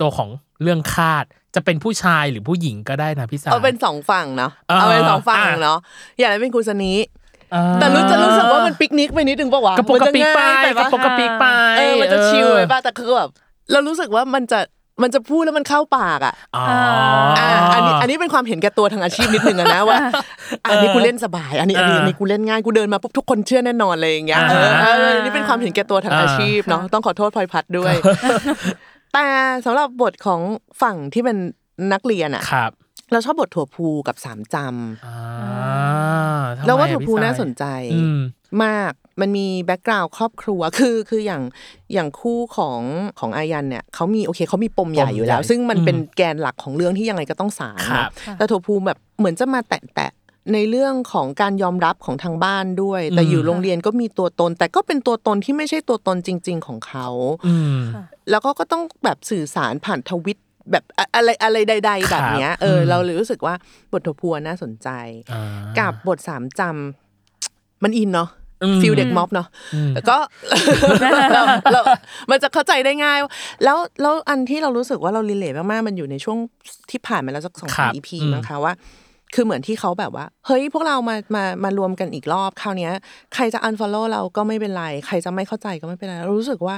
ตัวของเรื่องคาด จะเป็นผู้ชายหรือผู้หญิงก็ได้นะพี่สาย เอาเป็นสองฝั่งเนาะ อ่า เอาเป็นสองฝั่ง อ่า เนาะอย่าให้เป็นกุสนี อ่า แต่รู้จะรู้สึกว่ามันปิกนิกไปนิดนึงปะวะ กระปุกกระปิกไป มันจง่ายปะกระปุกกระปิกไป เออมันจะชิลไปปะแต่คือแบบเรารู้สึกว่ามันจะมันจะพูดแล้วมันเข้าปากอะ อ๋อ อ่าอันนี้อันนี้เป็นความเห็นแก่ตัวทางอาชีพนิดนึงอะนะว่าอันนี้กูเล่นสบาย อันนี้อันนี้อันนี้กูเล่นง่ายกูเดินมาปุ๊บทุกคนเชื่อแน่นอนเลยอย่างเงี้ยเออเอออันนี้เป็นความเห็นแก่ตัวทางอาชีพเนาะต้องขอโทษพลอยพัดด้วย แต่สำหรับบทของฝั่งที่เป็นนักเรียนอะ ครับ เราชอบบทถั่วพูกับสามจ อ่าทำ ำ ไม แล้วว่า อะ ถั่ว พี่ พูน่า สย สนใจ อืม มากมันมีแบ็กกราวด์ครอบครัว คือคืออย่างอย่างคู่ของของอายันเนี่ยเขามีโอเคเขามีปมใหญ่ ปม อยู่แล้ว ใหญ่ ซึ่งมัน อืม เป็นแกนหลักของเรื่องที่ยังไงก็ต้องสาร ครั เนาะ บ แต่โทภูมิแบบเหมือนจะมาแตะแตะในเรื่องของการยอมรับของทางบ้านด้วย แต่ อืม อยู่โรงเรียนก็มีตัวตน แต่ก็เป็นตัวตนที่ไม่ใช่ตัวตนจริง ๆ ของเขา อืม แล้วก็ก็ต้องแบบสื่อสารผ่านทวิตแบบอะอะไรอะไรใด ครั ๆ บ แบบเนี้ยเอออ ม เราเลยรู้สึกว่าบทโทพัวน่าสนใจ อ่า กับบทสามจำมันอินเนาะ อืม ฟิลเด็กม็อบเนาะ อืม ก็ เราเรามันจะเข้าใจได้ง่าย แล้วแล้วอันที่เรารู้สึกว่าเรารีเลทมากๆ มันอยู่ในช่วงที่ผ่านมาแล้วสักสอง ครั สาม บ อีพี อืม มั้งคะว่า คือเหมือนที่เขาแบบว่า เฮ้ย พวกเรามามามารวมกันอีกรอบคราวเนี้ย ใครจะอันฟอลโล่เราก็ไม่เป็นไร ใครจะไม่เข้าใจก็ไม่เป็นไรเรารู้สึกว่า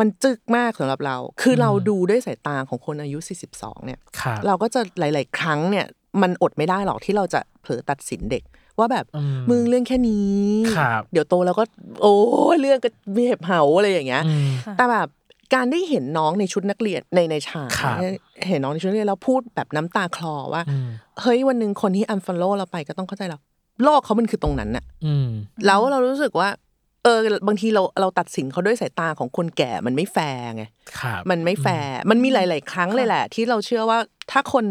มันจึกมากสำหรับเรา คือเราดูด้วยสายตาของคนอายุ 42 เนี่ย ครับ เราก็จะหลาย ๆ ครั้งเนี่ย มันอดไม่ได้หรอกที่เราจะเผลอตัดสินเด็ก ว่าแบบ อืม มึงเรื่องแค่นี้ ครับ เดี๋ยวโตแล้วก็ โอ้ยเรื่องก็มีเห็บเหาอะไรอย่างเงี้ย อืม แต่แบบการได้เห็นน้องในชุดนักเรียนในในฉาก ครับ เห็นน้องในชุดนักเรียนแล้วพูดแบบน้ำตาคลอว่า อืม เฮ้ยวันหนึ่งคนที่อันฟอลโล่เราไปก็ต้องเข้าใจเราโลกเขามันคือตรงนั้นน่ะ อืม แล้วเรารู้สึกว่า เออบางทีเราเราตัดสินเขาด้วยสายตาของคนแก่มันไม่แฟร์ไง ครับ มันไม่แฟร์ มันมีหลาย ๆ ครั้งเลยแหละ ที่เราเชื่อว่าถ้าคน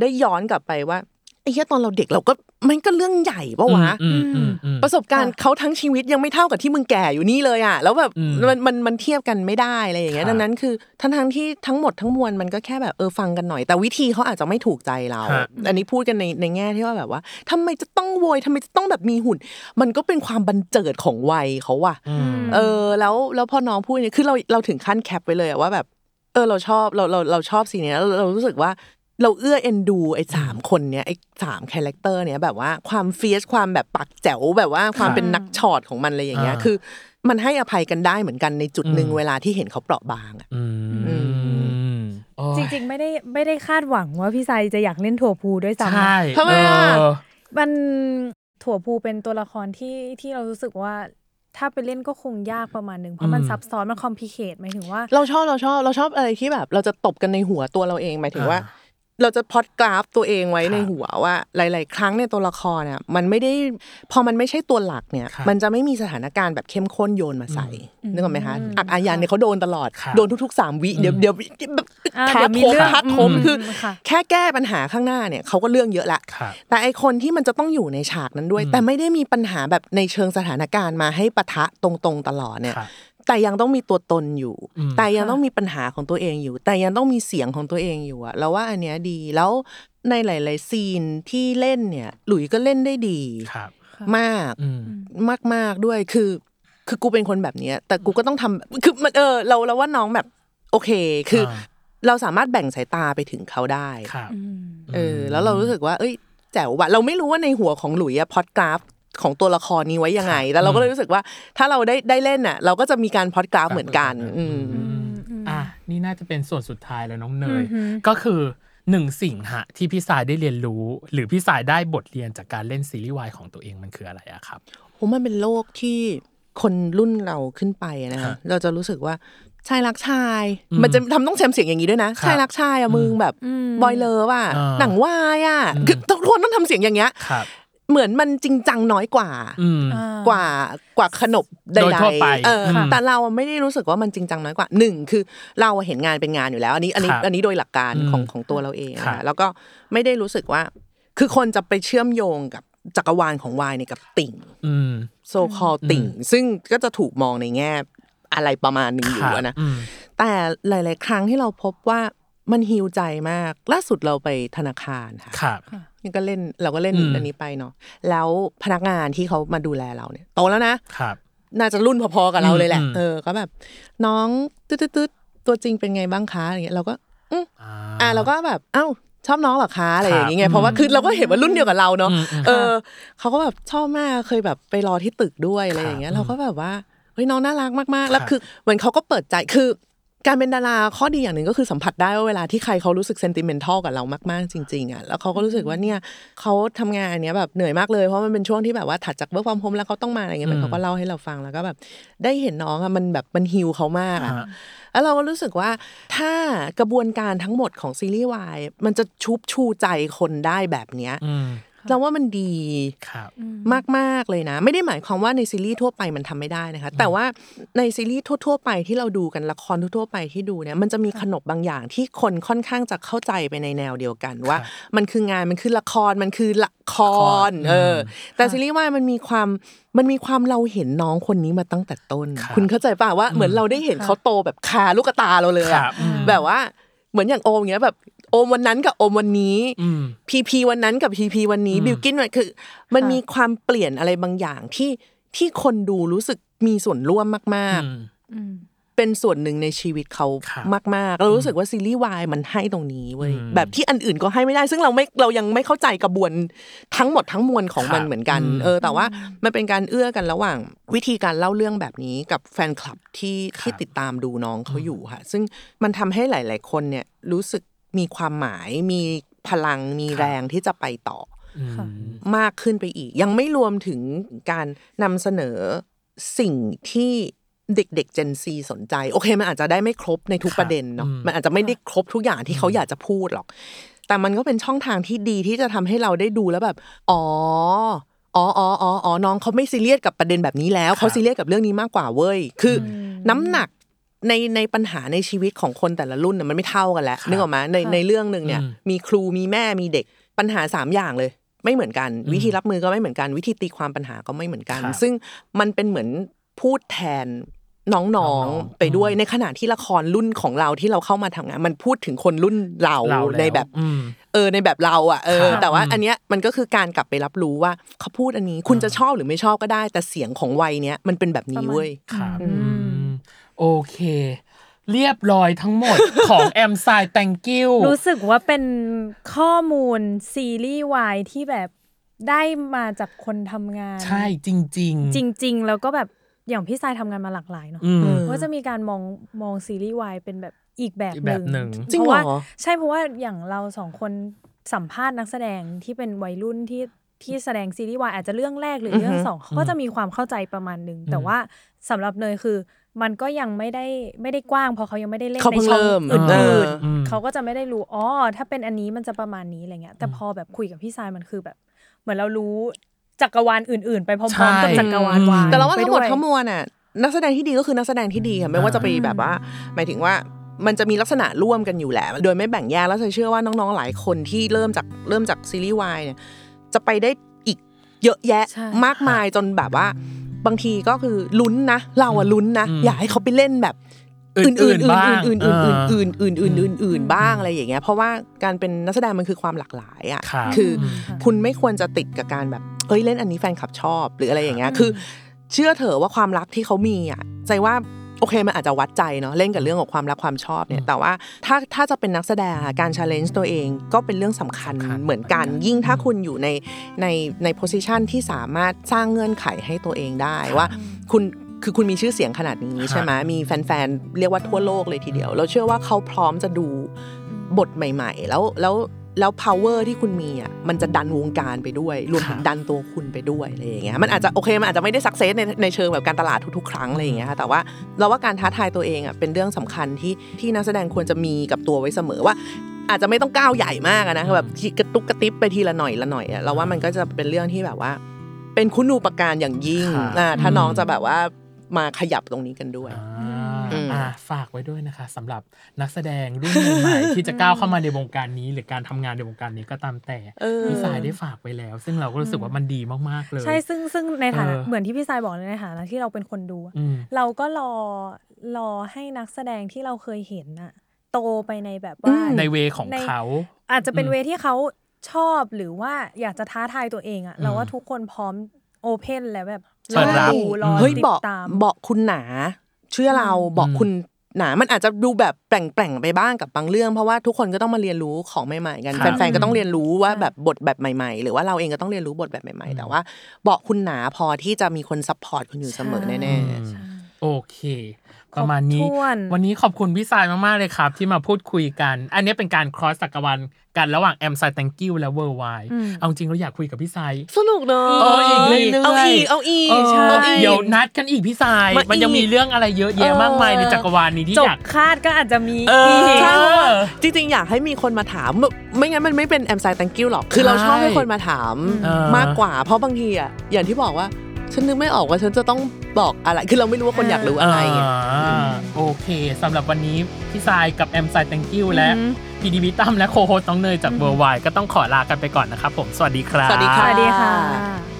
ได้ย้อนกลับไปว่าไอ้เหี้ยตอนเราเด็กเราก็มันก็เรื่องใหญ่ปะวะ อืมอืมอืม ประสบการณ์เขาทั้งชีวิตยังไม่เท่ากับที่มึงแก่อยู่นี่เลยอ่ะ แล้วแบบ อืม มันมันมันเทียบกันไม่ได้อะไรอย่างเงี้ย ครัดับงนั้นคือทั้งทั้งที่ทั้งหมดทั้งมวลมันก็แค่แบบเออฟังกันหน่อย แต่วิธีเขาอาจจะไม่ถูกใจเรา ฮะ อันนี้พูดกันในในแง่ที่ว่าแบบว่าทำไมจะต้องโวยทำไมจะต้องแบบมีหุ่น มันก็เป็นความบันเจิดของวัยเขาว่ะ อืม เออแล้วแล้วพอน้องพูดเนี่ยคือเราเราถึงขั้นแคปไว้เลยอะว่าแบบ เออเราชอบเราเราเราชอบสีนเนี้ยแล้วเรารู้สึกว่า เราเอื้อเอ็นดูไอ้สามคนเนี้ยไอ้สามคาแรคเตอร์เนี้ยแบบว่าความเฟียสความแบบปากแจ๋วแบบว่าความเป็นนักช็อตของมันอะไรอย่างเงี้ย อ่า คือ มันให้อภัยกันได้เหมือนกันในจุดหนึ่ง อืม เวลาที่เห็นเขาเปราะบางอะ อืมโอ้ย จริงๆไม่ได้ไม่ได้คาดหวังว่าพี่สายจะอยากเล่นถั่วพูด้วยซ้ำ ใช่ นะ ทำไมอะ เ มันถั่วพูเป็นตัวละครที่ที่เรารู้สึกว่า ถ้าไปเล่นก็คงยากประมาณหนึ่งเพราะมัน อืม ซับซ้อนมันคอมพลีเคทหมายถึงว่า เราชอบเราชอบเราชอบอะไรที่แบบ เราจะตบกันในหัวตัวเราเองหมายถึงว่า เราจะพอดกราฟตัวเองไว้ในหัวว่า หลาย ๆ ครั้งในยตัวละครเนี่ยมันไม่ได้พอมันไม่ใช่ตัวหลักเนี่ย ครับ มันจะไม่มีสถานการณ์แบบเข้มข้นโยนมาใส่ อืม นึกออกไหมคะ อืม อักอายันเนี่ยเขาโดนตลอด ครับ โดนทุก ๆ 3 วิเดี๋ยว อืม เดี๋ยวแบบ อ่า ทั เดี๋ ด ยวมี โคม เรื่อง ทัดโคม อืม คือ ค่ะ แค่แก้ปัญหาข้างหน้าเนี่ยเขาก็เรื่องเยอะละ ครับ แต่ไอคนที่มันจะต้องอยู่ในฉากนั้นด้วย อืม แต่ไม่ได้มีปัญหาแบบในเชิงสถานการณ์มาให้ปะทะตรง ๆ ตลอดเนี่ย ครับ แต่ยังต้องมีตัวตนอยู่ อืม แต่ยัง ค่ะ ต้องมีปัญหาของตัวเองอยู่ แต่ยังต้องมีเสียงของตัวเองอยู่อะเราว่าอันเนี้ยดี แล้วในหลาย ๆ ซีนที่เล่นเนี่ย หลุยก็เล่นได้ดี ครับ มาก อืม มากมากๆด้วย คือ คือกูเป็นคนแบบเนี้ย แต่กูก็ต้องทำคือมันเออ เราเราว่าน้องแบบโอเค คือ อ่า เราสามารถแบ่งสายตาไปถึงเขาได้ ครับ อืม เออแล้วเรารู้สึกว่า เอ้ยแจ๋วว่ะเราไม่รู้ว่าในหัวของหลุยอะพอดกราฟของตัวละครนี้ไว้ยังไง แล้วเราก็เลยรู้สึกว่า ถ้าเราได้ได้เล่นอะเราก็จะมีการพอดกราฟเหมือนกัน อืม อืม อืม อ่ะนี่น่าจะเป็นส่วนสุดท้ายแล้วน้องเน อื ย อหือ ก็คือ หนึ่งสิ่งฮะที่พี่สายได้เรียนรู้ หรือพี่สายได้บทเรียนจากการเล่นซีรีส์วายของตัวเองมันคืออะไรอะครับ ผมมันเป็นโลกที่คนรุ่นเราขึ้นไปอะนะคะ ฮะ เราจะรู้สึกว่าชายรักชาย อืม มันจะทำต้องแซมเสียงอย่างนี้ด้วยนะ ครับ ชายรักชายอะมึงแบบ อืม บอยเลอร์ว่ะ อ่า หนังวายอะ อืม คือทุกคนต้องทำเสียงอย่างเงี้ย ครับ เหมือนมันจริงจังน้อยกว่า อืม อ่ กว่ากว่าขนบใด โดยทั่วไป ๆเอออ ม แต่เราอะไม่ได้รู้สึกว่ามันจริงจังน้อยกว่าหนึ่งคือเราอะเห็นงานเป็นงานอยู่แล้ว อันนี้อันนี้ ครับ อันนี้โดยหลักการ อืม ของของตัวเราเองนะ ครั คะ บ แล้วก็ไม่ได้รู้สึกว่า คือคนจะไปเชื่อมโยงกับจักรวาลของวายเนี่ยกับติ่ง อืม โซคอลติ่ง ซึ่งก็จะถูกมองในแง่อะไรประมาณหนึงอยู่ ครับ อะนะ อืม แต่หลาย ๆ ครั้งที่เราพบว่ามันฮิวใจมาก ล่าสุดเราไปธนาคารค่ะ ครับ นี่ก็เล่นเราก็เล่น อืม อันนี้ไปเนาะแล้วพนักงานที่เขามาดูแลเราเนี่ยโตแล้วนะครับ น่าจะรุ่นพอๆกับเราเลยแหละ อืม เออก็แบบ น้องตึ๊ดตึ๊ดๆๆตัวจริงเป็นไงบ้างคะอะไรเงี้ยเราก็ อ่ะเราก็แบบเอ้าชอบน้องเหรอคะอะไรอย่างเงี้ ครั ย บ เพราะว่าคือเราก็เห็นว่ารุ่นเดียวกับเราเนาะ อืมอืม เออเขาก็แบบชอบมากเคยแบบไปรอที่ตึกด้วยอะไรอย่างเงี้ย ครับ เราก็แบบว่าเฮ้ยน้องน่ารักมากๆ แล้ว ครับ คือเหมือนเขาก็เปิดใจคือ การเป็นดาราข้อดีอย่างหนึ่งก็คือสัมผัสได้ว่าเวลาที่ใครเขารู้สึกเซนติเมนทัลกับเรามากๆจริงๆอ่ะแล้วเขาก็รู้สึกว่าเนี่ยเขาทำงานอันเนี้ยแบบเหนื่อยมากเลยเพราะมันเป็นช่วงที่แบบว่าถัดจากเวิร์กฟอร์มโฮมแล้วเขาต้องมาอะไรเงี้ยมันเขาก็เล่าให้เราฟังแล้วก็แบบได้เห็นน้องอ่ะมันแบบมันฮิวเขามากอ่ะ ฮะ แล้วเราก็รู้สึกว่าถ้ากระบวนการทั้งหมดของซีรีส์วายมันจะชุบชูใจคนได้แบบเนี้ย อืม เราว่ามันดี ครับ มากๆเลยนะ ไม่ได้หมายความว่าในซีรีส์ทั่วไปมันทำไม่ได้นะคะ แต่ว่าในซีรีส์ทั่ว ๆ ไปที่เราดูกันละครทั่วๆไปที่ดูเนี่ยมันจะมีขนบบางอย่างที่คนค่อนข้างจะเข้าใจไปในแนวเดียวกันว่า ครับ มันคืองานมันคือละครมันคือละค ละคร รเอออมแต่ซีรีส์วายมันมีความมันมีความเราเห็นน้องคนนี้มาตั้งแต่ต้น ครับ คุณเข้าใจป่ะว่าเหมือนเราได้เห็นเขาโตแบบคาลูกตาเราเลย ค อะ รับอืม แบบว่าเหมือนอย่างโอมเงี้ยแบบโอมวันนั้นกับโอมวันนี้ อืม พีพีวันนั้นกับพีพีวันนี้ อืม บิวกินวันคือ มัน ค่ะ มีความเปลี่ยนอะไรบางอย่างที่ที่คนดูรู้สึกมีส่วนร่วมมาก อืม อืม ๆ เป็นส่วนหนึ่งในชีวิตเขา ครับ มากๆเรารู้สึกว่าซีรีส์วายมันให้ตรงนี้เว้ย อืม แบบที่อันอื่นก็ให้ไม่ได้ ซึ่งเราไม่เรายังไม่เข้าใจกระบวนทั้งหมดทั้งมวลของมัน ครับ เหมือนกัน อืม เออ แต่ว่ามันเป็นการเอื้อกันระหว่างวิธีการเล่าเรื่องแบบนี้กับแฟนคลับที่ที่ติดตามดูน้องเขาอยู่ค่ะ ซึ่งมันทำให้หลาย ๆ คนเนี่ยรู้สึกมีความหมาย มีพลังมีแรงที่จะไปต่อ อืม ค่ะ มากขึ้นไปอีก ยังไม่รวมถึงการนำเสนอสิ่งที่เด็กๆ Gen Z สนใจ โอเค มันอาจจะได้ไม่ครบในทุก ครัปบระเด็นเนาะ อืม มันอาจจะไม่ได้ครบทุกอย่างที่เขาอยากจะพูดหรอก แต่มันก็เป็นช่องทางที่ดีที่จะทำให้เราได้ดูแล้วแบบ อ๋อ อ๋ออ๋ออ๋ออ๋อน้องเขาไม่ซีเรียสกับประเด็นแบบนี้แล้วเขาซีเรียสกับเรื่องนี้มากกว่าเว้ย คืออน้ำหนักในในปัญหาในชีวิตของคนแต่ละรุ่นน่ะมันไม่เท่ากันแล้วนึกออกไหมในในเรื่องหนึ่งเนี่ย อืม มีครูมีแม่มีเด็กปัญหาสามอย่างเลย ไม่เหมือนกัน อืม วิธีรับมือก็ไม่เหมือนกัน วิธีตีความปัญหาก็ไม่เหมือนกัน ครับ ซึ่งมันเป็นเหมือนพูดแทน น้ น้ อ อง ง ๆ ๆไปด้วย อืม ในขณะที่ละครรุ่นของเราที่เราเข้ามาทำงาน มันพูดถึงคนรุ่นเรา เราล้ว ในแบบ อืม เออในแบบเราอ่ะเอ ครั อบ แต่ว่า อืม อันเนี้ยมันก็คือการกลับไปรับรู้ว่าเขาพูดอันนี้คุณจะ อ่า ชอบหรือไม่ชอบก็ได้ แต่เสียงของวัยเนี้ยมันเป็นแบบนี้เว้ย ครับ อืม อืมโอเค เรียบร้อยทั้งหมดของแอมไซแตงกิ้ว รู้สึกว่าเป็นข้อมูลซีรีส์วายที่แบบได้มาจากคนทำงาน ใช่จริง ๆ จริง ๆ แล้วก็แบบอย่างพี่ทรายทำงานมาหลากหลายเนาะ อืม ว่าจะมีการมองมองซีรีส์วายเป็นแบบอีกแบบ อีกแบบหนึ่ง จริง เพาะ เหรอ ว่าใช่เพราะว่าอย่างเราสองคนสัมภาษณ์นักแสดงที่เป็นวัยรุ่นที่ที่แสดงซีรีส์วายอาจจะเรื่องแรกหรือเรื่องสองเขาก็จะมีความเข้าใจประมาณหนึ่งแต่ว่าสำหรับเนยคือ มันก็ยังไม่ได้ไม่ได้กว้างเพราะเขายังไม่ได้เล่น เขา ใน เพิ่ง ช่อง เริ่ม อื่ เออ นๆ อืม เขาก็จะไม่ได้รู้ อ๋อ ถ้าเป็นอันนี้มันจะประมาณนี้อะไรเงี้ย แต่พอแบบคุยกับพี่ทรายมันคือแบบ เหมือนเรารู้จักรวาลอื่น ๆ ไปพร้อมๆกับ ใช่ จักรวาลวาย แต่เราว่าทั้งหมด ไปย ทั้งมวลน่ะนักแสดงที่ดีก็คือนักแสดงที่ดีค่ะไม่ว่าจะไปแบบว่า หมายถึงว่ามันจะมีลักษณะร่วมกันอยู่แหละ โดยไม่แบ่งแยกแล้วเธอเชื่อว่าน้องๆหลายคนที่เริ่มจากเริ่มจากซีรีส์วายเนี่ยจะไปได้อีกเยอะแยะ ใช่ มากมายจนแบบว่า บางทีก็คือลุ้นนะ เราอะลุ้นนะ อืม อยากให้เขาไปเล่นแบบ อื่ อื่ น น ๆ อื่นอื่ บ้าง นอื่นอื่นอื่นอื่นอื่นอื่นอื่นอืมอื่นบ้างอะไรอย่างเงี้ยเพราะว่าการเป็นนักแสดงมันคือความหลากหลายอะ ครับ คืออ ม คุณไม่ควรจะติดกับการแบบเอ้ยเล่นอันนี้แฟนคลับชอบหรืออะไรอย่างเงี้ย คือ เชื่อเถอะว่าความรักที่เขามีอ่ะใจว่าโอเคมันอาจจะวัดใจเนาะเล่นกับเรื่องของความรักความชอบเนี่ย แต่ว่าถ้าถ้าจะเป็นนักแสดงอะการช l เลนจ์ตัวเองก็เป็นเรื่องสำคัญ สำคัญ เหมือนกัน เหมือนกัน ยิ่งถ้าคุณอยู่ในในในโพสิชันที่สามารถสร้างเงื่อนไขให้ตัวเองได้ว่า คุณคือคุณมีชื่อเสียงขนาดนี้ใช่ไหมมีแฟนๆเรียกว่าทั่วโลกเลยทีเดียว เราเชื่อว่าเขาพร้อมจะดู บทใหม่ ๆ แล้วแล้วแล้ว power ที่คุณมีอ่ะมันจะดันวงการไปด้วย รวมถึง ครับ ดันตัวคุณไปด้วยอะไรอย่างเงี้ยมันอาจจะโอเคมันอาจจะไม่ได้สักเซสในในเชิงแบบการตลาดทุกๆ ครั้งอะไรอย่างเงี้ยค่ะแต่ว่าเราว่าการท้าทายตัวเองอ่ะเป็นเรื่องสำคัญที่ที่นักแสดงควรจะมีกับตัวไว้เสมอว่า อาจจะไม่ต้องก้าวใหญ่มากอะนะแบบกระตุกกระติบไปทีละหน่อยละหน่อยอะเราว่ามันก็จะเป็นเรื่องที่แบบว่า เป็นคุณูปการอย่างยิ่ง ค่ะ อ่าถ้าน้อง อืม จะแบบว่ามาขยับตรงนี้กันด้วย อ่า อืม อ่าฝากไว้ด้วยนะคะสำหรับนักแสดงรุ่นใหม่ๆที่จะก้าวเข้ามาในวงการนี้ หรือการทำงานในวงการนี้ก็ตามแต่ เออ พี่สายได้ฝากไว้แล้ว ซึ่งเราก็รู้สึกว่ามันดีมากๆเลย ใช่ซึ่งซึ่งในฐานะ เออ เหมือนที่พี่สายบอกเลยในฐานะที่เราเป็นคนดูอะ อืม เราก็รอรอให้นักแสดงที่เราเคยเห็นอะโตไปในแบบอืว่าม ในเวของ ใน เขา อาจจะเป็น อืม เวที่เขาชอบหรือว่าอยากจะท้าทายตัวเองอะเราว่า อืม ทุกคนพร้อมโอเพนแล้วแบบ เปิดรับ อดูรอ เฮ้ย ติ เบา ด ก ตาม เบาะคุณหนา เชื่อเราเบาะคุณหนา มันอาจจะดูแบบแปลงๆไปบ้างกับบางเรื่อง เพราะว่าทุกคนก็ต้องมาเรียนรู้ของใหม่ๆกัน ครับ แฟนๆก็ต้องเรียนรู้ว่าแบบบทแบบใหม่ๆ หรือว่าเราเองก็ต้องเรียนรู้บทแบบใหม่ๆ แต่ว่าเบาะคุณหนาพอที่จะมีคนซัพพอร์ตคุณอยู่เสมอแน่ๆ ใช่ โอเค ประมาณนี้ ครบถ้วน วันนี้ขอบคุณพี่สายมาก ๆ เลยครับ ที่มาพูดคุยกัน อันนี้เป็นการครอสสักวันกันระหว่างแอมไซแตงกิ้วและเวอร์ไว อืม เอาจริงเราอยากคุยกับพี่สาย สนุกเนอะ เอออีกเรื่อยๆ เอาอีก เอาอีก เออ ใช่ เดี๋ยวนัดกันอีกพี่สาย มาอีก มันยังมีเรื่องอะไรเยอะแยะมากมายในจักรวาลนี้ที่ จ อบ ยาก คาดก็อาจจะมี เออ ก ใช่เพราะว่าจริงๆ อยากให้มีคนมาถามแบบไม่งั้นมันไม่เป็นแอมไซตังกิ้วหรอก คือเราชอบให้คนมาถาม เออ มากกว่า เพราะบางทีอ่ะ อย่างที่บอกว่า ฉันนึกไม่ออกว่าฉันจะต้องบอกอะไร คือเราไม่รู้ว่าคนอยากรู้อะไรไง อ่าโอเคสำหรับวันนี้พี่สายกับแอมไซแตงกิ้วและ อืม พีดีวิตั้มและโคโฮสน้องเนยจากเวอร์ไวก็ต้องขอลากันไปก่อนนะครับผมสวัสดีครับ สวัสดี สวัสดีค่ะ